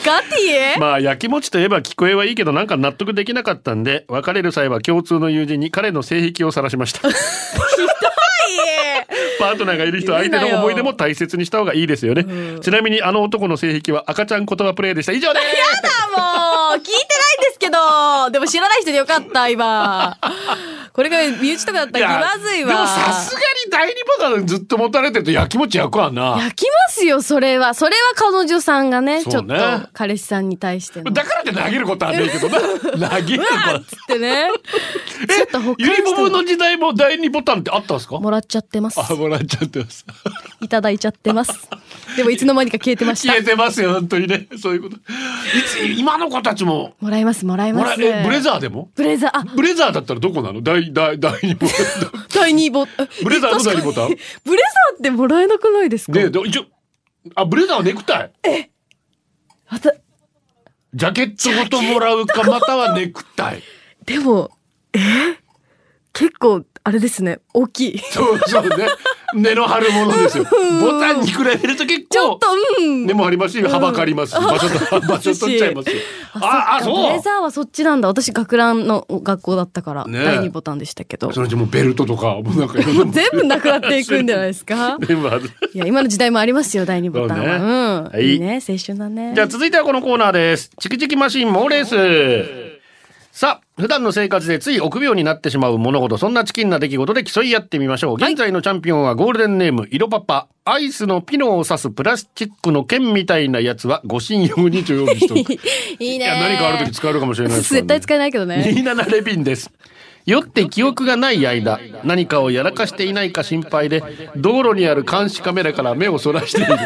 [SPEAKER 2] ガティエ
[SPEAKER 1] た。 まあ、やきもちといえば聞こえはいいけど、なんか納得できなかったんで、別れる際は共通の友人に彼の性癖を晒しま した。パートナーがいる人、
[SPEAKER 2] 言う
[SPEAKER 1] 相
[SPEAKER 2] な
[SPEAKER 1] 手
[SPEAKER 2] よ
[SPEAKER 1] の思い出も大切にした方がいいですよね。ちなみに、あの男の性癖は赤ちゃん言葉プレイでした。以上です。
[SPEAKER 2] もう聞いてないんですけどでも知らない人でよかった今これが身内とかだった
[SPEAKER 1] いや
[SPEAKER 2] ら気まずいわ
[SPEAKER 1] でもさすがに第二ボタンずっと持たれてるとやきもち焼くわな。
[SPEAKER 2] 焼きますよそれはそれは彼女さんがねち
[SPEAKER 1] そ
[SPEAKER 2] ょ
[SPEAKER 1] う
[SPEAKER 2] っ
[SPEAKER 1] ね
[SPEAKER 2] と彼氏さんに対しての
[SPEAKER 1] だからって投げることはねえけど な。投げる
[SPEAKER 2] うわ
[SPEAKER 1] こ
[SPEAKER 2] っつってね
[SPEAKER 1] と。
[SPEAKER 2] ちょっと他の
[SPEAKER 1] ゆりぼ
[SPEAKER 2] 人
[SPEAKER 1] ぼ
[SPEAKER 2] に
[SPEAKER 1] の時代も第二ボタンってあったんですか
[SPEAKER 2] もらっちゃってます
[SPEAKER 1] あ、もらっちゃってます。
[SPEAKER 2] いただいちゃってますでもいつの間にか消えてました
[SPEAKER 1] 消えてますよ、本当にね。そういうこと。いつ、今の子たちも、
[SPEAKER 2] もらいますもらい
[SPEAKER 1] も
[SPEAKER 2] ま
[SPEAKER 1] ら
[SPEAKER 2] す
[SPEAKER 1] え、ブレザーでも
[SPEAKER 2] ブレザーあ
[SPEAKER 1] ブレザーだったらどこなの第、 第、第二ボタン。
[SPEAKER 2] 第二ボタン
[SPEAKER 1] ブレザーの第二ボタン
[SPEAKER 2] 確かに ブレザーってもらえなくないですか
[SPEAKER 1] で、で一応、あ、ブレザーはネクタイ
[SPEAKER 2] また
[SPEAKER 1] ジャケットごともらう か、またはネクタイ。
[SPEAKER 2] でも、え結構、あれですね、大きい。
[SPEAKER 1] そうそうね。根の張るものですよ。ボタンに比べると結構。
[SPEAKER 2] ちょっと、うん。
[SPEAKER 1] 根も張りますし、はばかりますし。場 所と、場所取っちゃいますよ。あ、あ、
[SPEAKER 2] そっかブ
[SPEAKER 1] そ
[SPEAKER 2] レ
[SPEAKER 1] う。
[SPEAKER 2] ザーはそっちなんだ。私、学ランの学校だったから、
[SPEAKER 1] ねえ
[SPEAKER 2] 第二ボタンでしたけど。
[SPEAKER 1] そのうちもうベルトとか、もうなんかいろんなもん
[SPEAKER 2] 全部なくなっていくんじゃないです か
[SPEAKER 1] 全部外す
[SPEAKER 2] いや、今の時代もありますよ、第二ボタン
[SPEAKER 1] そうね
[SPEAKER 2] は。うん。
[SPEAKER 1] はい
[SPEAKER 2] いいね、青春だね。
[SPEAKER 1] じゃあ続いてはこのコーナーです。チキチキマシン猛レース。さあ、普段の生活でつい臆病になってしまう物事、そんなチキンな出来事で競い合ってみましょう。現在のチャンピオンはゴールデンネーム、イロパパ。アイスのピノを刺すプラスチックの剣みたいなやつは、ご信用にと用意しておく。い
[SPEAKER 2] いいね。
[SPEAKER 1] や、何かある時使えるかもしれないですからね
[SPEAKER 2] 絶対使えないけどね。
[SPEAKER 1] 27レビンです。酔って記憶がない間、何かをやらかしていないか心配で、道路にある監視カメラから目をそらしている。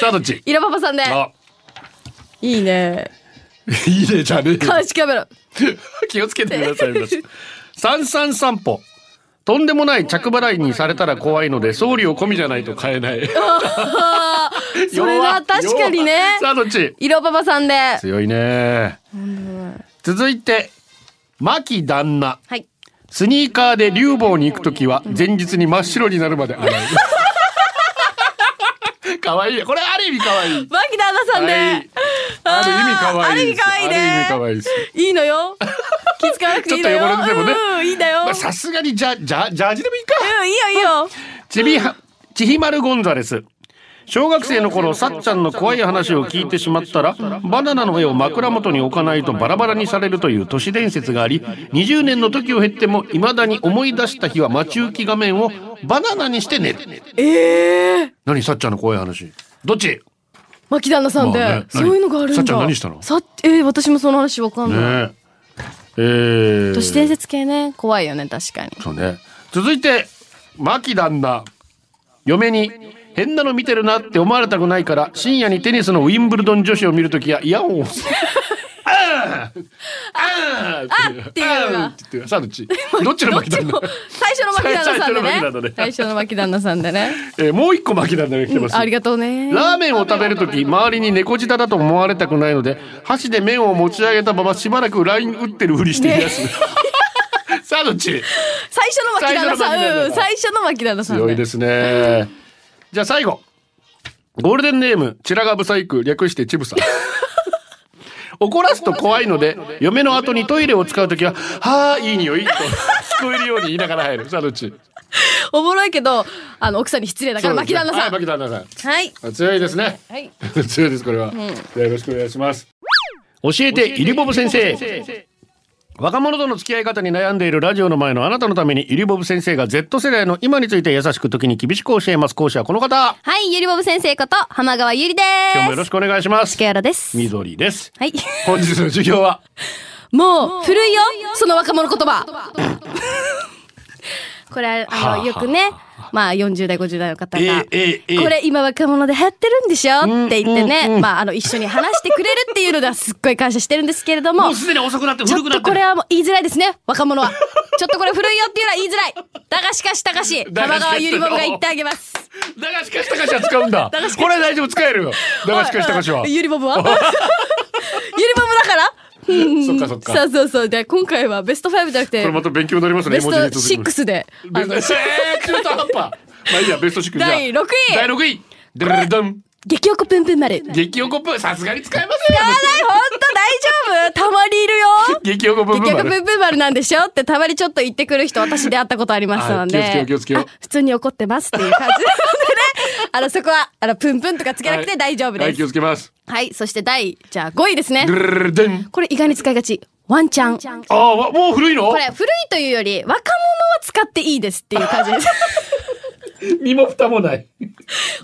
[SPEAKER 1] さあ、どっち
[SPEAKER 2] イラパパさんで。
[SPEAKER 1] あ、
[SPEAKER 2] いいね。
[SPEAKER 1] いいね、じゃねえよ
[SPEAKER 2] 監視カメラ。
[SPEAKER 1] 気をつけてください、皆さん。三三散歩。とんでもない着払いにされたら怖いので、送料込みじゃないと買えない。
[SPEAKER 2] あーそれは確かにね
[SPEAKER 1] 弱。さあ、どっち
[SPEAKER 2] イラパパさんで。
[SPEAKER 1] 強いね。続いて、牧旦那。
[SPEAKER 3] はい。
[SPEAKER 1] スニーカーで竜坊に行くときは前日に真っ白になるまで洗 う。可愛いよ。これある意味可愛い。
[SPEAKER 2] マキ旦那さんで、
[SPEAKER 1] はいある意味可愛いです。
[SPEAKER 2] ある意味可愛いね
[SPEAKER 1] ある意味可愛いです。
[SPEAKER 2] いいのよ。気遣わなくていいのよ。
[SPEAKER 1] ちょっと汚れてもね
[SPEAKER 2] うん、いいんだよ。
[SPEAKER 1] まあさすがにジャジャジャージでもいいか。
[SPEAKER 2] うん、いいよいいよ。
[SPEAKER 1] ちびは、ちひまるゴンザレス。小学生の頃、さっちゃんの怖い話を聞いてしまったら、バナナの絵を枕元に置かないとバラバラにされるという都市伝説があり、20年の時を経っても、未だに思い出した日は待ち受け画面をバナナにして寝る。ええ何さっちゃんの怖い話。どっち
[SPEAKER 2] マキ旦那さんで、
[SPEAKER 1] まあね
[SPEAKER 2] そういうのがあるんだ。
[SPEAKER 1] さっちゃん何したの
[SPEAKER 2] さえー私もその話わかんない。
[SPEAKER 1] ねえ。えー
[SPEAKER 2] 都市伝説系ね、怖いよね、確かに。
[SPEAKER 1] そうね。続いて、マキ旦那。嫁に、変なの見てるなって思われたくないから、深夜にテニスのウィンブルドン女子を見るときや、イヤホンを。あーあー
[SPEAKER 2] っていうのが
[SPEAKER 1] あーって言ってさあどっちどっちのマキ旦
[SPEAKER 2] ど
[SPEAKER 1] 那
[SPEAKER 2] っちも最初のマキ旦那さん
[SPEAKER 1] 最初のマキ
[SPEAKER 2] で
[SPEAKER 1] 旦那ね。
[SPEAKER 2] ね最初のマキ旦那さんでね。
[SPEAKER 1] えーもう一個マキ旦那が来てます。
[SPEAKER 2] ありがとうね。
[SPEAKER 1] ラーメンを食べるとき、周りに猫舌だと思われたくないので、箸で麺を持ち上げたまましばらくライン打ってるふりしています。さあどっち
[SPEAKER 2] 最初のマキ旦那さ
[SPEAKER 1] 最初のマキ旦那
[SPEAKER 2] ん。
[SPEAKER 1] さん
[SPEAKER 2] うん、最初のマキ旦那さん。
[SPEAKER 1] 強いですね。じゃあ最後。ゴールデンネーム、チラガブサイク、略してチブ さん。怒らすと怖いので、嫁の後にトイレを使うときは、はあ、いい匂いと聞こえるように言いながら入る。さあ、どっち
[SPEAKER 2] おもろいけど、あの、奥さんに失礼だから、マキ旦那
[SPEAKER 1] は
[SPEAKER 2] さ
[SPEAKER 1] い、
[SPEAKER 2] ん。
[SPEAKER 1] マキ旦那さん。
[SPEAKER 2] はい。
[SPEAKER 1] あ強いですね。
[SPEAKER 2] はい。
[SPEAKER 1] 強いです、これは。じゃあよろしくお願いします。教えて、イリボブ先生。若者との付き合い方に悩んでいるラジオの前のあなたのために、イリボブ先生が Z 世代の今について優しく時に厳しく教えます。講師はこの方。
[SPEAKER 3] はい、ゆりぼぶ先生こと、浜川ゆりで
[SPEAKER 1] 今日もよろ
[SPEAKER 3] す。
[SPEAKER 1] しくお願いします。
[SPEAKER 3] ケアラです。
[SPEAKER 1] 緑です。
[SPEAKER 3] はい。
[SPEAKER 1] 本日の授業は、
[SPEAKER 2] もう、古いよ、その若者言葉。
[SPEAKER 3] これ、あの、よくね、まあ、40代、50代の方が、
[SPEAKER 1] ええ
[SPEAKER 3] これ今若者で流行ってるんでしょって言ってね、まあ、あの、一緒に話してくれるっていうのではすっごい感謝してるんですけれども、
[SPEAKER 1] すでに遅くなって
[SPEAKER 3] ちょ
[SPEAKER 1] 古
[SPEAKER 3] っ
[SPEAKER 1] くな
[SPEAKER 3] と
[SPEAKER 1] っ
[SPEAKER 3] こ
[SPEAKER 1] てる
[SPEAKER 3] れ。はもう言いづらいですね、若者は。ちょっとこれ古いよっていうのは言いづらい。だがしかし、だがし、
[SPEAKER 1] だが
[SPEAKER 3] 玉
[SPEAKER 1] しか
[SPEAKER 3] 川
[SPEAKER 1] し
[SPEAKER 3] ゆりぼぶが言ってあげます。
[SPEAKER 1] だがしかし高しは使うんだ。これ大丈夫使えるよ。だがしかし高しは
[SPEAKER 2] おいおい。ゆりぼぶは ゆりぼぶだから
[SPEAKER 1] そっかそっか。
[SPEAKER 2] そ
[SPEAKER 1] こ
[SPEAKER 2] うそうそう。で、今回はベスト5じゃなくて
[SPEAKER 1] れ、また勉強になりますね。
[SPEAKER 2] ベ
[SPEAKER 1] 絵
[SPEAKER 2] ス
[SPEAKER 1] 文字に
[SPEAKER 2] ト
[SPEAKER 1] 続く。
[SPEAKER 2] 6で、あ
[SPEAKER 1] ベ
[SPEAKER 2] の、
[SPEAKER 1] スト、えー、中途半端。まあいいや、ベストシックじゃあ
[SPEAKER 2] 第六位
[SPEAKER 1] 第六位。ドルルドン。
[SPEAKER 2] 激おこぷんぷん丸。
[SPEAKER 1] 激おこぷ、さすがに使えま
[SPEAKER 2] あ
[SPEAKER 1] せ
[SPEAKER 2] ない、ほんと 大丈夫たまにいるよ
[SPEAKER 1] んよ。激おこぷ
[SPEAKER 2] 結
[SPEAKER 1] ぷま
[SPEAKER 2] 局ブ
[SPEAKER 1] る。
[SPEAKER 2] ンブン丸なんでしょってたまにちょっと言ってくる人私で会ったことありましたので、
[SPEAKER 1] はい気をつけよう気をつけよう
[SPEAKER 2] あ普通に怒ってますっていう感じなのでねあのそこはあのプンプンとかつけなくて大丈夫
[SPEAKER 1] は
[SPEAKER 2] で
[SPEAKER 1] い、
[SPEAKER 2] す
[SPEAKER 1] 気を
[SPEAKER 2] はい、
[SPEAKER 1] つけます。
[SPEAKER 2] そして第じゃあ5位ですね
[SPEAKER 1] ドゥルルルドン。
[SPEAKER 2] これ意外に使いがちワンちゃんこ
[SPEAKER 1] ああ、わもう古いの
[SPEAKER 2] れ古いというより若者は使っていいですっていう感じです
[SPEAKER 1] 身も蓋もない。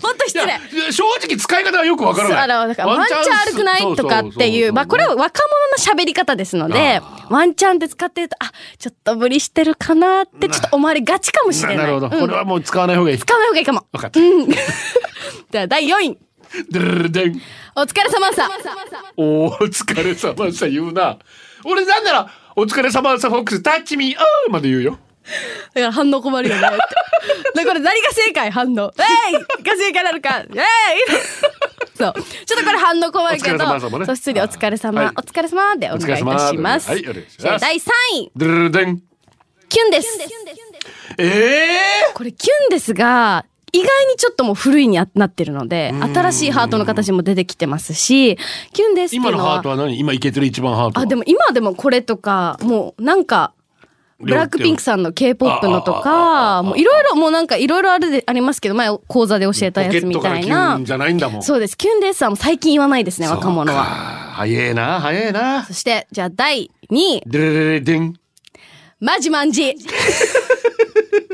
[SPEAKER 2] ほんと失礼
[SPEAKER 1] いや正直使い方はよくわから
[SPEAKER 2] そう
[SPEAKER 1] な
[SPEAKER 2] あ
[SPEAKER 1] い。
[SPEAKER 2] のだからワンチャン悪くないとかっていう、まあこれは若者の喋り方ですので、ワンチャンで使ってると、あ、ちょっと無理してるかなってちょっと思われがちかもしれ
[SPEAKER 1] な
[SPEAKER 2] な。
[SPEAKER 1] いなるほど、
[SPEAKER 2] うん
[SPEAKER 1] これはもう使わない方がいい。
[SPEAKER 2] 使わない方がいいかも。
[SPEAKER 1] 分かった。
[SPEAKER 2] じゃあ第4位。
[SPEAKER 1] ドゥルルルデン
[SPEAKER 2] お疲れ様さ。
[SPEAKER 1] おーお疲れ様さ言うな。俺なんなら、お疲れ様さフォックス、タッチミー、あーまで言うよ。
[SPEAKER 2] だから反応困るよね。だからこれ何が正解反応。えいが正解なのか。えいそう。ちょっとこれ反応困るけ
[SPEAKER 1] お疲れ様さ
[SPEAKER 2] ど、
[SPEAKER 1] もね
[SPEAKER 2] そう失礼お疲れ様、
[SPEAKER 1] はい
[SPEAKER 2] お疲れ様でお願いいたします。
[SPEAKER 1] お疲れ様ではいお願いします
[SPEAKER 2] じゃあ第3位、
[SPEAKER 1] ドゥルルルデン
[SPEAKER 2] キュンです。
[SPEAKER 1] ええ
[SPEAKER 2] これキュンですが、意外にちょっともう古いになってるので、新しいハートの形も出てきてますし、キュンですっていう
[SPEAKER 1] 今の
[SPEAKER 2] の
[SPEAKER 1] ハ
[SPEAKER 2] は
[SPEAKER 1] ート。は何今いけてる一番ハートは。
[SPEAKER 2] あ、でも今でもこれとか、もうなんか、ブラックピンクさんの K-POP のとか、もういろいろ、もうなんかいろいろあるで、ありますけど、前講座で教えたや
[SPEAKER 1] ポケ
[SPEAKER 2] つ
[SPEAKER 1] ッ
[SPEAKER 2] み
[SPEAKER 1] トか
[SPEAKER 2] た
[SPEAKER 1] ら
[SPEAKER 2] い
[SPEAKER 1] キュ
[SPEAKER 2] な
[SPEAKER 1] ン。じゃないんだもん。
[SPEAKER 2] そうです。キュンですはもう最近言わないですね、若者は。
[SPEAKER 1] は。早えな、早えな
[SPEAKER 2] そ。して、じゃあ第2位、
[SPEAKER 1] ドゥルルルルデン
[SPEAKER 2] マジマ ンジ。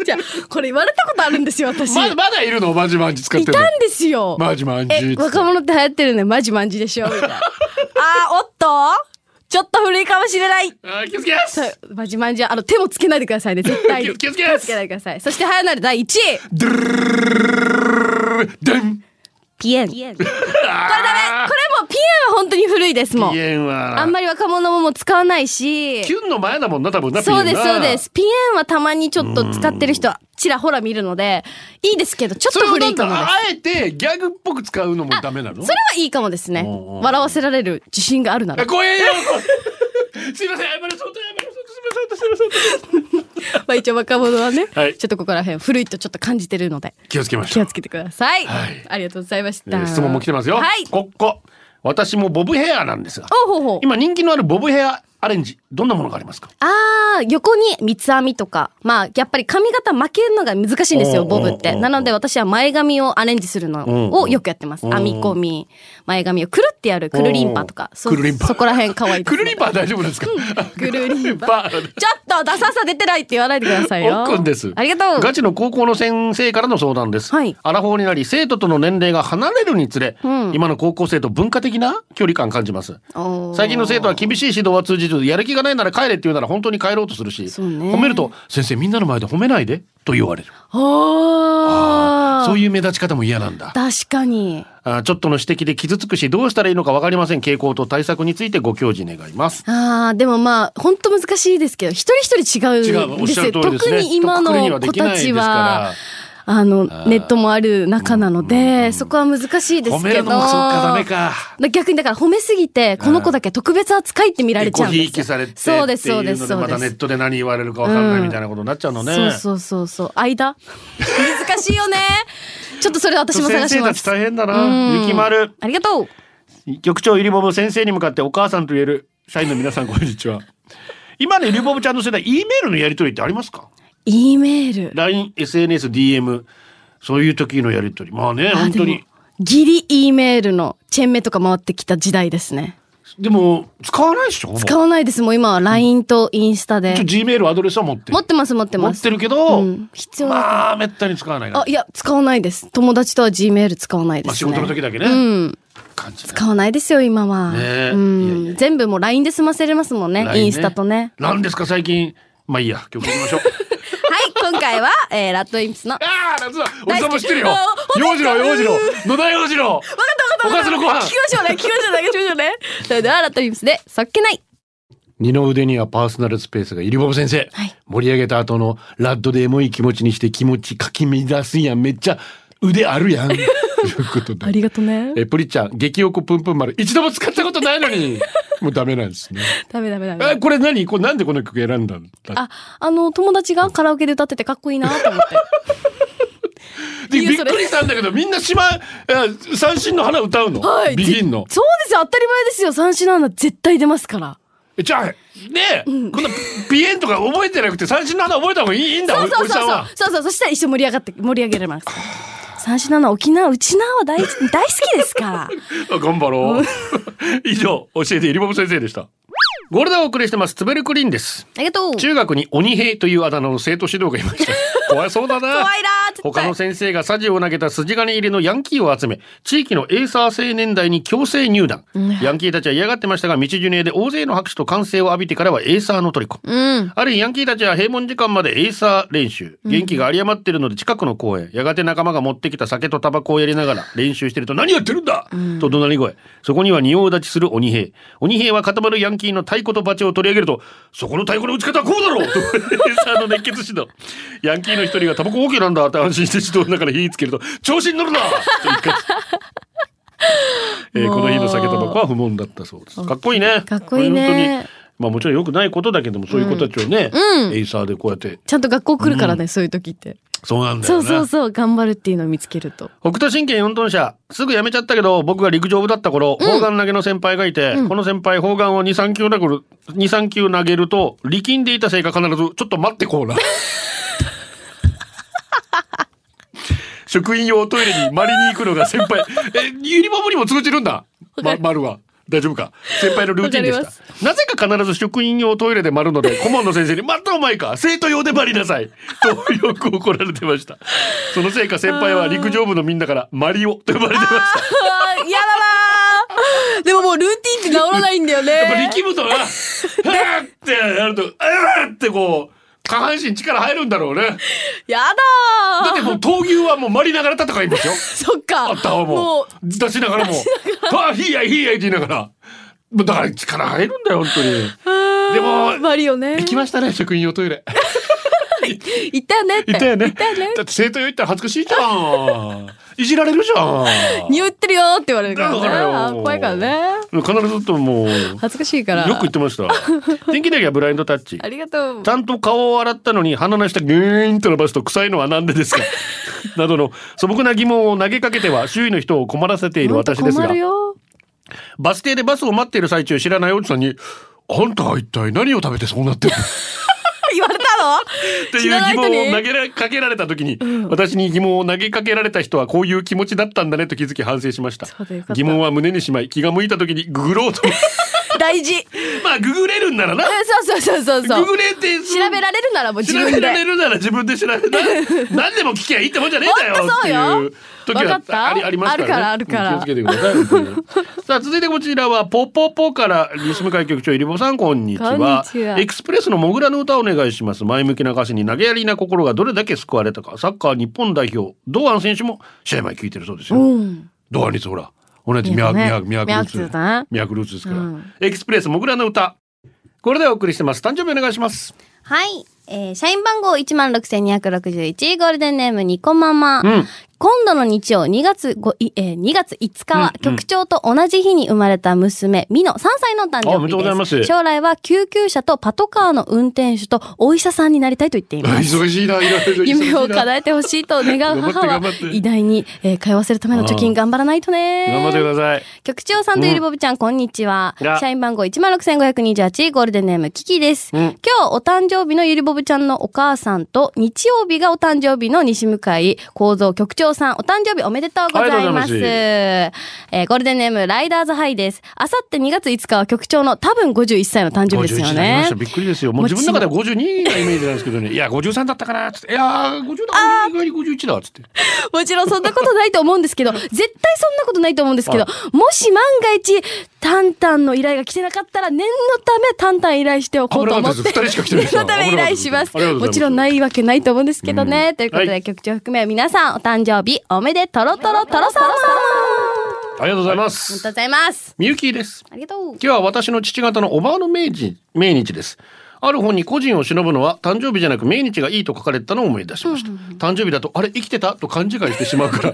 [SPEAKER 2] じゃあ、これ言われたことあるんですよ、私。
[SPEAKER 1] ままだいるのマジマンジ使っ
[SPEAKER 2] い
[SPEAKER 1] てるの
[SPEAKER 2] た。んですよ。
[SPEAKER 1] マジマンジっつっ
[SPEAKER 2] え、
[SPEAKER 1] て
[SPEAKER 2] 若者って流行ってるね、マジマンジでしょ、み たいな。あー、おっとちょっと古いかもしれない。
[SPEAKER 1] あー気をつけます
[SPEAKER 2] そうマジマンジは、あの、手もつけないでく ださいね、絶対に。
[SPEAKER 1] 気をつけます
[SPEAKER 2] 気をつけないでください。そして、はやなる第1位。こ
[SPEAKER 1] ドゥルルルルルデン
[SPEAKER 3] ピエン。ピエン。
[SPEAKER 2] れダメこれもう、ピエンは本当に古いですも
[SPEAKER 1] ピ
[SPEAKER 2] ん。
[SPEAKER 1] エンは。
[SPEAKER 2] あんまり若者ももう使わないし。
[SPEAKER 1] キュンの前だもんな、多分な、
[SPEAKER 2] そうです、
[SPEAKER 1] ピエン
[SPEAKER 2] そ
[SPEAKER 1] な
[SPEAKER 2] うです。。ピエンはたまにちょっと使ってる人は、ちらほら見るので、いいですけど、ちょっ
[SPEAKER 1] それ
[SPEAKER 2] と
[SPEAKER 1] を
[SPEAKER 2] 古
[SPEAKER 1] ないん
[SPEAKER 2] かもで
[SPEAKER 1] だ
[SPEAKER 2] す
[SPEAKER 1] あ。えてギャグっぽく使うのもダメなの
[SPEAKER 2] それはいいかもですね。
[SPEAKER 1] んうん
[SPEAKER 2] 笑わせられる自信があるなら
[SPEAKER 1] あ。怖えよすいません謝らそうと謝らそうと
[SPEAKER 4] まあ一応若者はね、
[SPEAKER 1] はい
[SPEAKER 4] ちょっとここら辺古いとちょっと感じてるので
[SPEAKER 1] 気をつけまし
[SPEAKER 4] 気
[SPEAKER 1] ょ
[SPEAKER 4] を
[SPEAKER 1] う
[SPEAKER 4] つけてください、
[SPEAKER 1] はい
[SPEAKER 4] ありがとうございまし
[SPEAKER 1] え
[SPEAKER 4] た、
[SPEAKER 1] ー質問も来てますよ、
[SPEAKER 4] はい
[SPEAKER 1] ここ私もボブヘアなんですが
[SPEAKER 4] おほうほう
[SPEAKER 1] 今人気のあるボブヘアアレンジどんなものがありますか
[SPEAKER 2] ああ、横に三つ編みとか。まあ、やっぱり髪型巻けるのが難しいんですよ、
[SPEAKER 1] おー
[SPEAKER 2] ボブっ
[SPEAKER 1] おー
[SPEAKER 2] て。
[SPEAKER 1] おー
[SPEAKER 2] なので私は前髪をアレンジする
[SPEAKER 1] うん
[SPEAKER 2] のをよくやってます。
[SPEAKER 1] うん
[SPEAKER 2] 編み込み、前髪をくるってやる、くるりんぱとか。そ
[SPEAKER 1] くるりんぱ
[SPEAKER 2] そこら辺可愛いです
[SPEAKER 1] クル
[SPEAKER 2] ね
[SPEAKER 1] リンパー大丈夫なんですか、
[SPEAKER 4] ぐ るりんぱ
[SPEAKER 1] バー
[SPEAKER 2] ちょっとダサさ出てないって言わないでくださいよ。
[SPEAKER 1] おっくんです
[SPEAKER 2] ありがと
[SPEAKER 1] ガ
[SPEAKER 2] う。
[SPEAKER 1] チの高校の先生からの相談です。
[SPEAKER 2] はい
[SPEAKER 1] アラフォーになり、生徒との年齢が離れるにつれ、
[SPEAKER 2] うん
[SPEAKER 1] 今の高校生と文化的な距離感感じます。
[SPEAKER 2] おー
[SPEAKER 1] 最近の生徒は厳しい指導は通じず、やる気がないなら帰れって言うなら本当に帰ろうとするし、
[SPEAKER 2] そうね
[SPEAKER 1] 褒めると、先生みんなの前で褒めないでと言われる。
[SPEAKER 2] あ
[SPEAKER 1] そう
[SPEAKER 2] う。
[SPEAKER 1] いう目立ち方も嫌なんだ。
[SPEAKER 2] 確かに。
[SPEAKER 1] あちょっとの指摘で傷つくし、どうしたらいいのかわかりません。傾向と対策についてご教示願います。
[SPEAKER 2] ああ、でもまあ、本当難しいですけど、一人一人違
[SPEAKER 1] 違
[SPEAKER 2] う
[SPEAKER 1] う、
[SPEAKER 2] ん
[SPEAKER 1] おっ
[SPEAKER 2] です
[SPEAKER 1] しゃ
[SPEAKER 2] よ。
[SPEAKER 1] る通りですね。
[SPEAKER 2] 特に今の
[SPEAKER 1] 一括りにはで
[SPEAKER 2] 子
[SPEAKER 1] きない
[SPEAKER 2] た
[SPEAKER 1] で
[SPEAKER 2] ち
[SPEAKER 1] すか
[SPEAKER 2] は
[SPEAKER 1] ら。、
[SPEAKER 2] あの、
[SPEAKER 1] あー
[SPEAKER 2] ネットもある中なの
[SPEAKER 1] うんうんう
[SPEAKER 2] で、
[SPEAKER 1] ん
[SPEAKER 2] そこは難しいですけど。
[SPEAKER 1] 褒めるのもそうか、ダメか。
[SPEAKER 2] だ逆にだから褒めすぎて、この子だけ特別扱いって見られちゃうんですよ。
[SPEAKER 1] えこひいきされてっていうので
[SPEAKER 2] そうです、そうです、そう
[SPEAKER 1] またネ
[SPEAKER 2] で
[SPEAKER 1] ッ
[SPEAKER 2] す。
[SPEAKER 1] トで何言われるかわかんないみたいなことになっちゃうのね。
[SPEAKER 2] そうそうそうそう。間難し いよね。ちょっとそれ私も探し
[SPEAKER 1] 先生
[SPEAKER 2] ま
[SPEAKER 1] たち
[SPEAKER 2] す。
[SPEAKER 1] 大変だ
[SPEAKER 2] うん
[SPEAKER 1] な。雪丸。
[SPEAKER 2] ありがとう。
[SPEAKER 1] 局長ゆりぼぶ先生に向かってお母さんと言える社員の皆さんこんにちは。今のゆりぼぶちゃんの世代、E メールのやりとりってありますか
[SPEAKER 2] E メール。
[SPEAKER 1] ?LINE、SNS、DM、そういう時のやりとり。まあね、
[SPEAKER 2] あ
[SPEAKER 1] 本当に。。
[SPEAKER 2] ギリ E メールのチェーンメとか回ってきた時代ですね。
[SPEAKER 1] でも、使わないでしょ
[SPEAKER 2] 使わないです。もう今は LINE とインスタで
[SPEAKER 1] 一応。G メールアドレスは持ってる。
[SPEAKER 2] 持ってます、持って
[SPEAKER 1] 持
[SPEAKER 2] ま
[SPEAKER 1] っ
[SPEAKER 2] す
[SPEAKER 1] て。るけど、
[SPEAKER 2] うん必要だと思う
[SPEAKER 1] まあ、めったに使わないな
[SPEAKER 2] あ、いや、使わないです。友達とは G メール使わないです、
[SPEAKER 1] まあ
[SPEAKER 2] ね。
[SPEAKER 1] 仕事の時だけね。
[SPEAKER 2] うん。
[SPEAKER 1] 感じだ
[SPEAKER 2] 使わないですよ、今は。
[SPEAKER 1] ねえ
[SPEAKER 2] うん
[SPEAKER 1] いやいやいや
[SPEAKER 2] 全部もう LINE で済ませれますもんね。
[SPEAKER 1] LINE ね
[SPEAKER 2] インスタとね。
[SPEAKER 1] なんですか最近。まあいいや、曲行き ましょう。
[SPEAKER 2] はい、今 回は、えー、ラッドインプスの。
[SPEAKER 1] ああ、夏だ。おじさんも知ってるよ
[SPEAKER 2] 大好。き
[SPEAKER 1] 洋次郎、洋次郎。野田洋次郎。わかった、わかった。おかずのご飯
[SPEAKER 2] 聞き。ましょうね、聞きましょうね、聞きましょうね。それでは、ラッドインプスで、そっけない。
[SPEAKER 1] 二の腕にはパーソナルスペースがいるボブ先生。盛り上げた後のラッドでエモい気持ちにして気持ちかき乱すやん。めっちゃ腕あるや ん。ということで。
[SPEAKER 2] がとうね。
[SPEAKER 1] え、プリちゃん、激おこぷんぷん丸。一度も使ったことないの に。もうダメなんですね。
[SPEAKER 2] ダメダメダメダ
[SPEAKER 1] え、
[SPEAKER 2] メ。
[SPEAKER 1] これ何これなんでこの曲選んだんだ
[SPEAKER 2] あ、あの、友達がカラオケで歌っててかっこいいなと思っ て。
[SPEAKER 1] で、
[SPEAKER 2] いや
[SPEAKER 1] びっ
[SPEAKER 2] それ
[SPEAKER 1] くりしたんだけど、みんな島、え三振の花歌うの。
[SPEAKER 2] はい。
[SPEAKER 1] ビギンの
[SPEAKER 2] ぜ。そうですよ、当たり前ですよ。三種の花絶対出ますから。
[SPEAKER 1] えじゃあ、ねえ、こんな、ビエンとか覚えてなくて、三振の花覚えた方がいいいいんだ、
[SPEAKER 2] そうそ
[SPEAKER 1] お
[SPEAKER 2] う
[SPEAKER 1] じ
[SPEAKER 2] そ
[SPEAKER 1] さん
[SPEAKER 2] う
[SPEAKER 1] は。
[SPEAKER 2] そうそうそうそしたら一緒に盛り上がって盛り上げられます三種の沖縄うちなは大 好き大好きですから
[SPEAKER 1] 頑張ろう。 以上、教えていりぼぶ先生でした。ゴールドをお送りしてます、つべるクリーンです。
[SPEAKER 2] ありがとう
[SPEAKER 1] 中学に鬼兵というあだ名の生徒指導がいま した。怖そうだな。
[SPEAKER 2] 怖いなー絶対
[SPEAKER 1] 他の先生がサジを投げた筋金入りのヤンキーを集め、地域のエイサー青年代に強制入団。ヤンキーたちは嫌がってましたが、道ジュネで大勢の拍手と歓声を浴びてからはエイサーの虜。ある日ヤンキーたちは閉門時間までエイサー練習。元気が有り余ってるので近くの公園。やがて仲間が持ってきた酒とタバコをやりながら練習してると何やってるんだ、と怒鳴り声。そこには仁王立ちする鬼兵。鬼兵は固まるヤンキーの太鼓とバチを取り上げると、そこの太鼓の打ち方はこうだろう と、エイサーの熱血指導。ヤンキーの一人がタバコ OK なんだって安心して指導の中で火つけると、調子に乗るなと言い返すえーこの日の酒タバコは不問だったそうです。かっこいいね。
[SPEAKER 2] かっこいいね
[SPEAKER 1] これ本当にまあもちろん良くないことだけども、そういう子たちをね、
[SPEAKER 2] うん
[SPEAKER 1] エイサーでこうやって、
[SPEAKER 2] ちゃんと学校来るからね、そういう時って
[SPEAKER 1] そうなんだ
[SPEAKER 2] そ
[SPEAKER 1] よ
[SPEAKER 2] う
[SPEAKER 1] ね。
[SPEAKER 2] そうそう頑張るっていうのを見つける と
[SPEAKER 1] 北斗神拳4トン車、すぐ辞めちゃったけど、僕が陸上部だった頃、砲丸投げの先輩がいて、この先輩、砲丸を2、3球投げる、2、3球投げると、力んでいたせいか必ず、ちょっと待ってこうな。職員用トイレに丸に行くのが先 輩。え、ゆりまもにも通じるんだ。ま、丸は。大丈夫か先輩のルーティンで
[SPEAKER 4] わかり
[SPEAKER 1] した。なぜか必ず職員用トイレで丸 ので、顧問の先生に、またお前か生徒用で丸りなさいとよく怒られてました。そのせいか先輩は陸上部のみんなから、マリオと呼ばれてました。
[SPEAKER 4] あーやだなーでももうルーティンって治らないんだよね
[SPEAKER 1] やっぱ力むとな、はーってやると、あーってこう、下半身力入るんだろうね。
[SPEAKER 4] や
[SPEAKER 1] だ
[SPEAKER 4] だ
[SPEAKER 1] ってもう闘牛はもう丸りながら戦いますよ。
[SPEAKER 4] ーそっか
[SPEAKER 1] あったわもう出しながらも「はあひいやいいや」って言いながらもうだから力入るんだよ本当にでも
[SPEAKER 4] マリオね
[SPEAKER 1] 行きましたね職員用トイレ
[SPEAKER 2] いたよねって。
[SPEAKER 1] いたよね。
[SPEAKER 2] いたよね。
[SPEAKER 1] だって生徒用行ったら恥ずかしいじゃん。いじられるじゃん。
[SPEAKER 2] 匂ってるよって言われるからね
[SPEAKER 1] だからよ
[SPEAKER 2] あ怖いからね。
[SPEAKER 1] 必ずともう、よ
[SPEAKER 2] 恥ずかしいから。
[SPEAKER 1] く言ってました。天気だけはブラインドタッチ
[SPEAKER 2] あ。りがとう
[SPEAKER 1] ち。ゃんと顔を洗ったのに鼻の下ギューンと伸ばすと臭いのはなんでですかなどの素朴な疑問を投げかけては周囲の人を困らせている
[SPEAKER 2] 本当
[SPEAKER 1] 私です
[SPEAKER 2] 困
[SPEAKER 1] が
[SPEAKER 2] るよ。
[SPEAKER 1] バス停でバスを待っている最中知らないおじさんに「あんたは一体何を食べてそうなってるの?」
[SPEAKER 2] 言われたの
[SPEAKER 1] って
[SPEAKER 2] 知
[SPEAKER 1] い
[SPEAKER 2] ら
[SPEAKER 1] う
[SPEAKER 2] な
[SPEAKER 1] 疑
[SPEAKER 2] い人に
[SPEAKER 1] 問を投げらかけられた時に、私に疑問を投げかけられた人はこういう気持ちだったんだねと気づき反省しました
[SPEAKER 2] そうだよかった
[SPEAKER 1] 疑問は胸にしまい気が向いた時にググろうと
[SPEAKER 2] 大事。え
[SPEAKER 1] まあググれるんならな
[SPEAKER 2] そうそうそうそう。
[SPEAKER 1] ググれて
[SPEAKER 2] 調べられるならもう自
[SPEAKER 1] 調べ
[SPEAKER 2] 分で。
[SPEAKER 1] られるなら自分で調べな 何でも聞きゃいいってもんじゃねえんだよ
[SPEAKER 2] ほんとそうよ
[SPEAKER 1] っていう時
[SPEAKER 2] わかった
[SPEAKER 1] はありありますから、ね、
[SPEAKER 2] あるからあ
[SPEAKER 1] 気を
[SPEAKER 2] るから
[SPEAKER 1] つけてください本当 にさあ続いてこちらはポポポから西向井局長イリボさんこんにちは
[SPEAKER 2] こんにちは
[SPEAKER 1] エクスプレスのモグラの歌お願いします前向きな歌詞に投げやりな心がどれだけ救われたかサッカー日本代表堂安選手も試合前聞いてるそうですよ、
[SPEAKER 2] うん。
[SPEAKER 1] 堂安律ほら同じミ
[SPEAKER 2] ミ
[SPEAKER 1] ャ
[SPEAKER 2] ャ
[SPEAKER 1] ー
[SPEAKER 2] ク
[SPEAKER 1] ミ
[SPEAKER 2] ね
[SPEAKER 1] ャーミャークルーツ
[SPEAKER 2] ミャクルーツだね
[SPEAKER 1] ミャークルーツですから、
[SPEAKER 2] うん
[SPEAKER 1] エクスプレスモグラの歌これでお送りしてます誕生日お願いします
[SPEAKER 3] はい。えー社員番号16,261、ゴールデンネームニコママ。
[SPEAKER 1] うん
[SPEAKER 3] 今度の日曜2月5、いえー2月5日は、
[SPEAKER 1] うんうん
[SPEAKER 3] 局長と同じ日に生まれた娘、ミノ3歳の誕生日です。
[SPEAKER 1] あおめでとうございます
[SPEAKER 3] 将来は救急車とパトカーの運転手とお医者さんになりたいと言っています。
[SPEAKER 1] 忙しいな、いろいろ忙しいな
[SPEAKER 3] 夢を叶えてほしいと願う母は
[SPEAKER 1] 頑張って頑張って
[SPEAKER 3] 偉大に、えー通わせるための貯金頑張らないとね
[SPEAKER 1] 頑張ってください。
[SPEAKER 3] 局長さんとゆりぼぶちゃん、こんにちは
[SPEAKER 1] あ。
[SPEAKER 3] 社員番号16,528、ゴールデンネーム、キキです。
[SPEAKER 1] うん
[SPEAKER 3] 今日お誕生日のゆりぼぶちゃんのお母さんと、日曜日がお誕生日の西向井幸三局長さん、お誕生日おめでとうございます。
[SPEAKER 1] ありがとうございます
[SPEAKER 3] えーゴールデンネーム、ライダーズハイです。あさって2月5日は局長の多分51歳の誕生日ですよ
[SPEAKER 1] 51になりま
[SPEAKER 3] ね
[SPEAKER 1] した。びっくりですよ。もう自分の中では52がイメージなんですけどね。いや、53だったかなっつって。いやー、50だ、意外に51だっつって。
[SPEAKER 3] もちろんそんなことないと思うんですけ ど、絶対そんなことないと思うんですけど、もし万が一、タンタンの依頼が来てなかったら、念のためタンタン依頼しておこうと思って、
[SPEAKER 1] 危なかったです二人しか来てないで
[SPEAKER 3] 念
[SPEAKER 1] す
[SPEAKER 3] のため依頼します。
[SPEAKER 1] ありがとうございます
[SPEAKER 3] もちろんないわけないと思うんですけどね。ということで、
[SPEAKER 1] はい
[SPEAKER 3] 局長含め皆さん、お誕生日、おめでとろとろとろさま
[SPEAKER 1] ありがとうございま
[SPEAKER 3] おめですと。うございます。
[SPEAKER 1] みゆきです。
[SPEAKER 3] ありがとう。
[SPEAKER 1] 今日は私の父方のおばあの命日命日です。ある本に個人を忍ぶのは誕生日じゃなく命日がいいと書かれてたのを思い出しました。誕生日だと、あれ、生きてたと勘違いしてしまうから。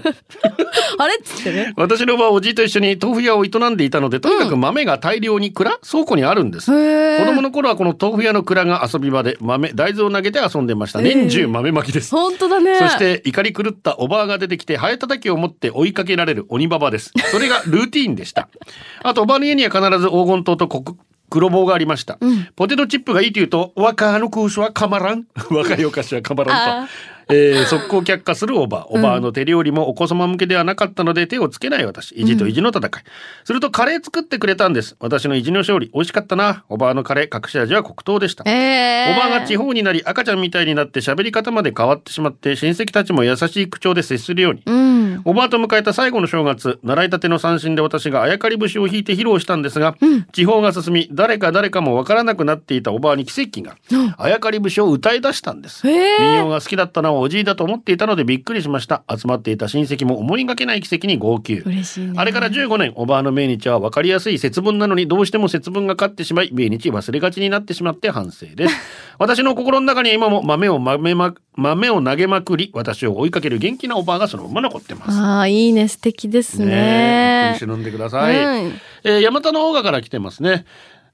[SPEAKER 2] あれっつってね。
[SPEAKER 1] 私の場はおじいと一緒に豆腐屋を営んでいたので、とにかく豆が大量に蔵、倉庫にあるんです。
[SPEAKER 2] へ
[SPEAKER 1] 子供
[SPEAKER 2] え。
[SPEAKER 1] の頃はこの豆腐屋の蔵が遊び場で豆、大豆を投げて遊んでました。年中豆まきです。
[SPEAKER 2] 本当だね。
[SPEAKER 1] そし。て怒り狂ったおばあが出てきて、ハエ叩きを持って追いかけられる鬼ババです。それがルーティーンでした。 あと、おばあの家には必ず黄金糖と黒黒棒がありました、ポテトチップがいいと言うと、若の空手はかまらん。 若いお菓子はかまらん
[SPEAKER 2] あ
[SPEAKER 1] と。えー速攻却下するおばあ。おばあの手料理もお子様向けではなかったので手をつけない私。意地と意地の戦い。するとカレー作ってくれたんです。私の意地の勝利。美味しかったな。おばあのカレー、隠し味は黒糖でした。
[SPEAKER 2] ええ。
[SPEAKER 1] おばあが地方になり赤ちゃんみたいになって喋り方まで変わってしまって親戚たちも優しい口調で接するように、
[SPEAKER 2] うん。
[SPEAKER 1] おばあと迎えた最後の正月習いたての三振で私があやかり節を弾いて披露したんですが、地方が進み誰か誰かもわからなくなっていたおばあに奇跡が、あやかり節を歌い出したんです、
[SPEAKER 2] へえ
[SPEAKER 1] 民謡が好きだったのはおじいだと思っていたのでびっくりしました集まっていた親戚も思いがけない奇跡に号泣
[SPEAKER 2] 嬉しいね。
[SPEAKER 1] あれから15年、おばあの命日は分かりやすい節分なのにどうしても節分が勝ってしまい、命日忘れがちになってしまって反省 です。私の心の中には今も豆を豆ま、豆を投げまくり、私を追いかける元気なおばあがそのまま残ってます。
[SPEAKER 2] ああ、いいね。素敵ですね
[SPEAKER 1] 一。緒に飲んでください。
[SPEAKER 2] うん
[SPEAKER 1] えー、山田のオーガから来てますね。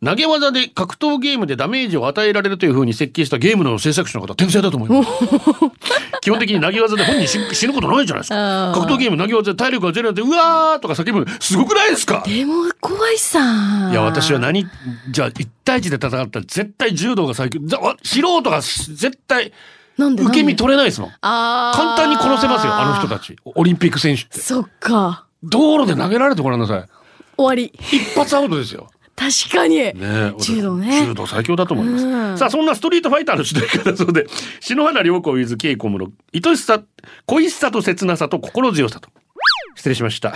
[SPEAKER 1] 投げ技で格闘ゲームでダメージを与えられるという風に設計したゲームの制作者の方、天才だと思い ます。基本的に投げ技で本人死死ぬことないじゃないですか。
[SPEAKER 2] あー
[SPEAKER 1] 格闘ゲーム投げ技で体力がゼロで、うわーとか叫ぶの、すごくないですか
[SPEAKER 2] でも怖いさ。
[SPEAKER 1] いや、私は何、じゃあ、一対一で戦ったら絶対柔道が最強。だわ素人がし絶対、
[SPEAKER 2] なんで
[SPEAKER 1] 受け身取れないですもん。
[SPEAKER 2] ああ。
[SPEAKER 1] 簡単に殺せますよ、あの人たち。オリンピック選手って。
[SPEAKER 2] そっか。
[SPEAKER 1] 道路で投げられてごらんなさ
[SPEAKER 2] 終わり。
[SPEAKER 1] い。一発アウトですよ。
[SPEAKER 2] 確かに。
[SPEAKER 1] ねえ
[SPEAKER 2] 柔道ね
[SPEAKER 1] 柔道最強だと思います。
[SPEAKER 2] うん
[SPEAKER 1] さあ、そんなストリートファイターの主題歌だそうで、 篠原涼子 with 稽古室、愛しさ、恋しさと切なさと心強さと。失礼しました。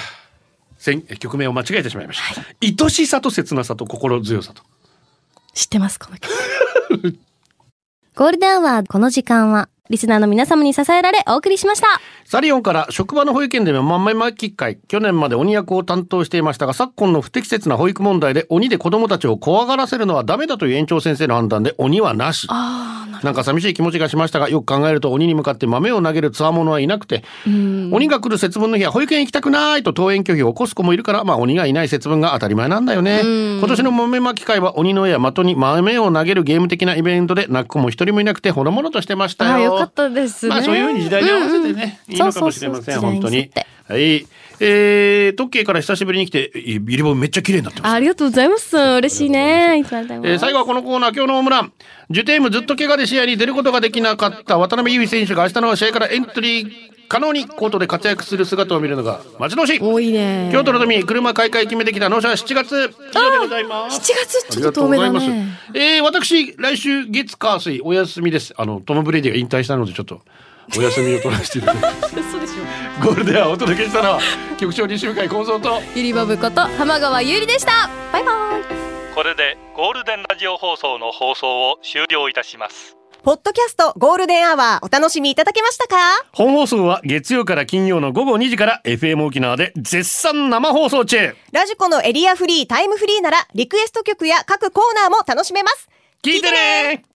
[SPEAKER 1] せん曲名を間違えてしまいました。愛しさと切なさと心強さと。
[SPEAKER 2] 知ってますこの曲。
[SPEAKER 3] ゴールデンはこの時間はリスナーの皆様に支えられお送りしました。
[SPEAKER 1] サリオンから職場の保育園でもまんまいまき会去年まで鬼役を担当していましたが昨今の不適切な保育問題で鬼で子供たちを怖がらせるのはダメだという園長先生の判断で鬼はなしなんか寂しい気持ちがしましたがよく考えると鬼に向かって豆を投げるつわものはいなくて鬼が来る節分の日は保育園行きたくないと登園拒否を起こす子もいるからまあ鬼がいない節分が当たり前なんだよね今年の豆まき会は鬼の絵や的に豆を投げるゲーム的なイベントで泣く子も一人もいなくてほのぼのとしてましたよ
[SPEAKER 3] あーよかったですね。
[SPEAKER 1] まあそういうふうに時代に合わせてね、
[SPEAKER 3] うん
[SPEAKER 1] いいのかもしれません
[SPEAKER 3] そうそうそう
[SPEAKER 1] 本当に
[SPEAKER 3] 時代に。
[SPEAKER 1] はい。えー、時計から久しぶりに来てえビリボンめっちゃ綺麗になってます。
[SPEAKER 3] ありがとうございます。嬉しいね。いつまでも。
[SPEAKER 1] えー最後はこのコーナー今日のホームランジュテームずっと怪我で試合に出ることができなかった渡辺優衣選手が明日の試合からエントリー可能にコートで活躍する姿を見るのが待ち遠しい
[SPEAKER 2] 多いね。
[SPEAKER 1] 京都の富車買い替え決めてきた納車7月以上でございます
[SPEAKER 2] 7月ちょっと遠めだ
[SPEAKER 1] ありがとうござい
[SPEAKER 2] ね。
[SPEAKER 1] ます。えー私、来週月火水お休みです。あの、トム・ブレイディが引退したので、ちょっと。お休みを取らせていただきます。ゴールデンをお届けしたのは、局長西向井構造と。
[SPEAKER 2] ゆりばぶこと浜川ゆりでした。バイバイ。
[SPEAKER 5] これでゴールデンラジオ放送の放送を終了いたします
[SPEAKER 6] ポッドキャストゴールデンアワーお楽しみいただけましたか
[SPEAKER 1] 本放送は月曜から金曜の午後2時から FM 沖縄で絶賛生放送中。
[SPEAKER 6] ラジコのエリアフリータイムフリーならリクエスト曲や各コーナーも楽しめます。
[SPEAKER 1] 聞いてね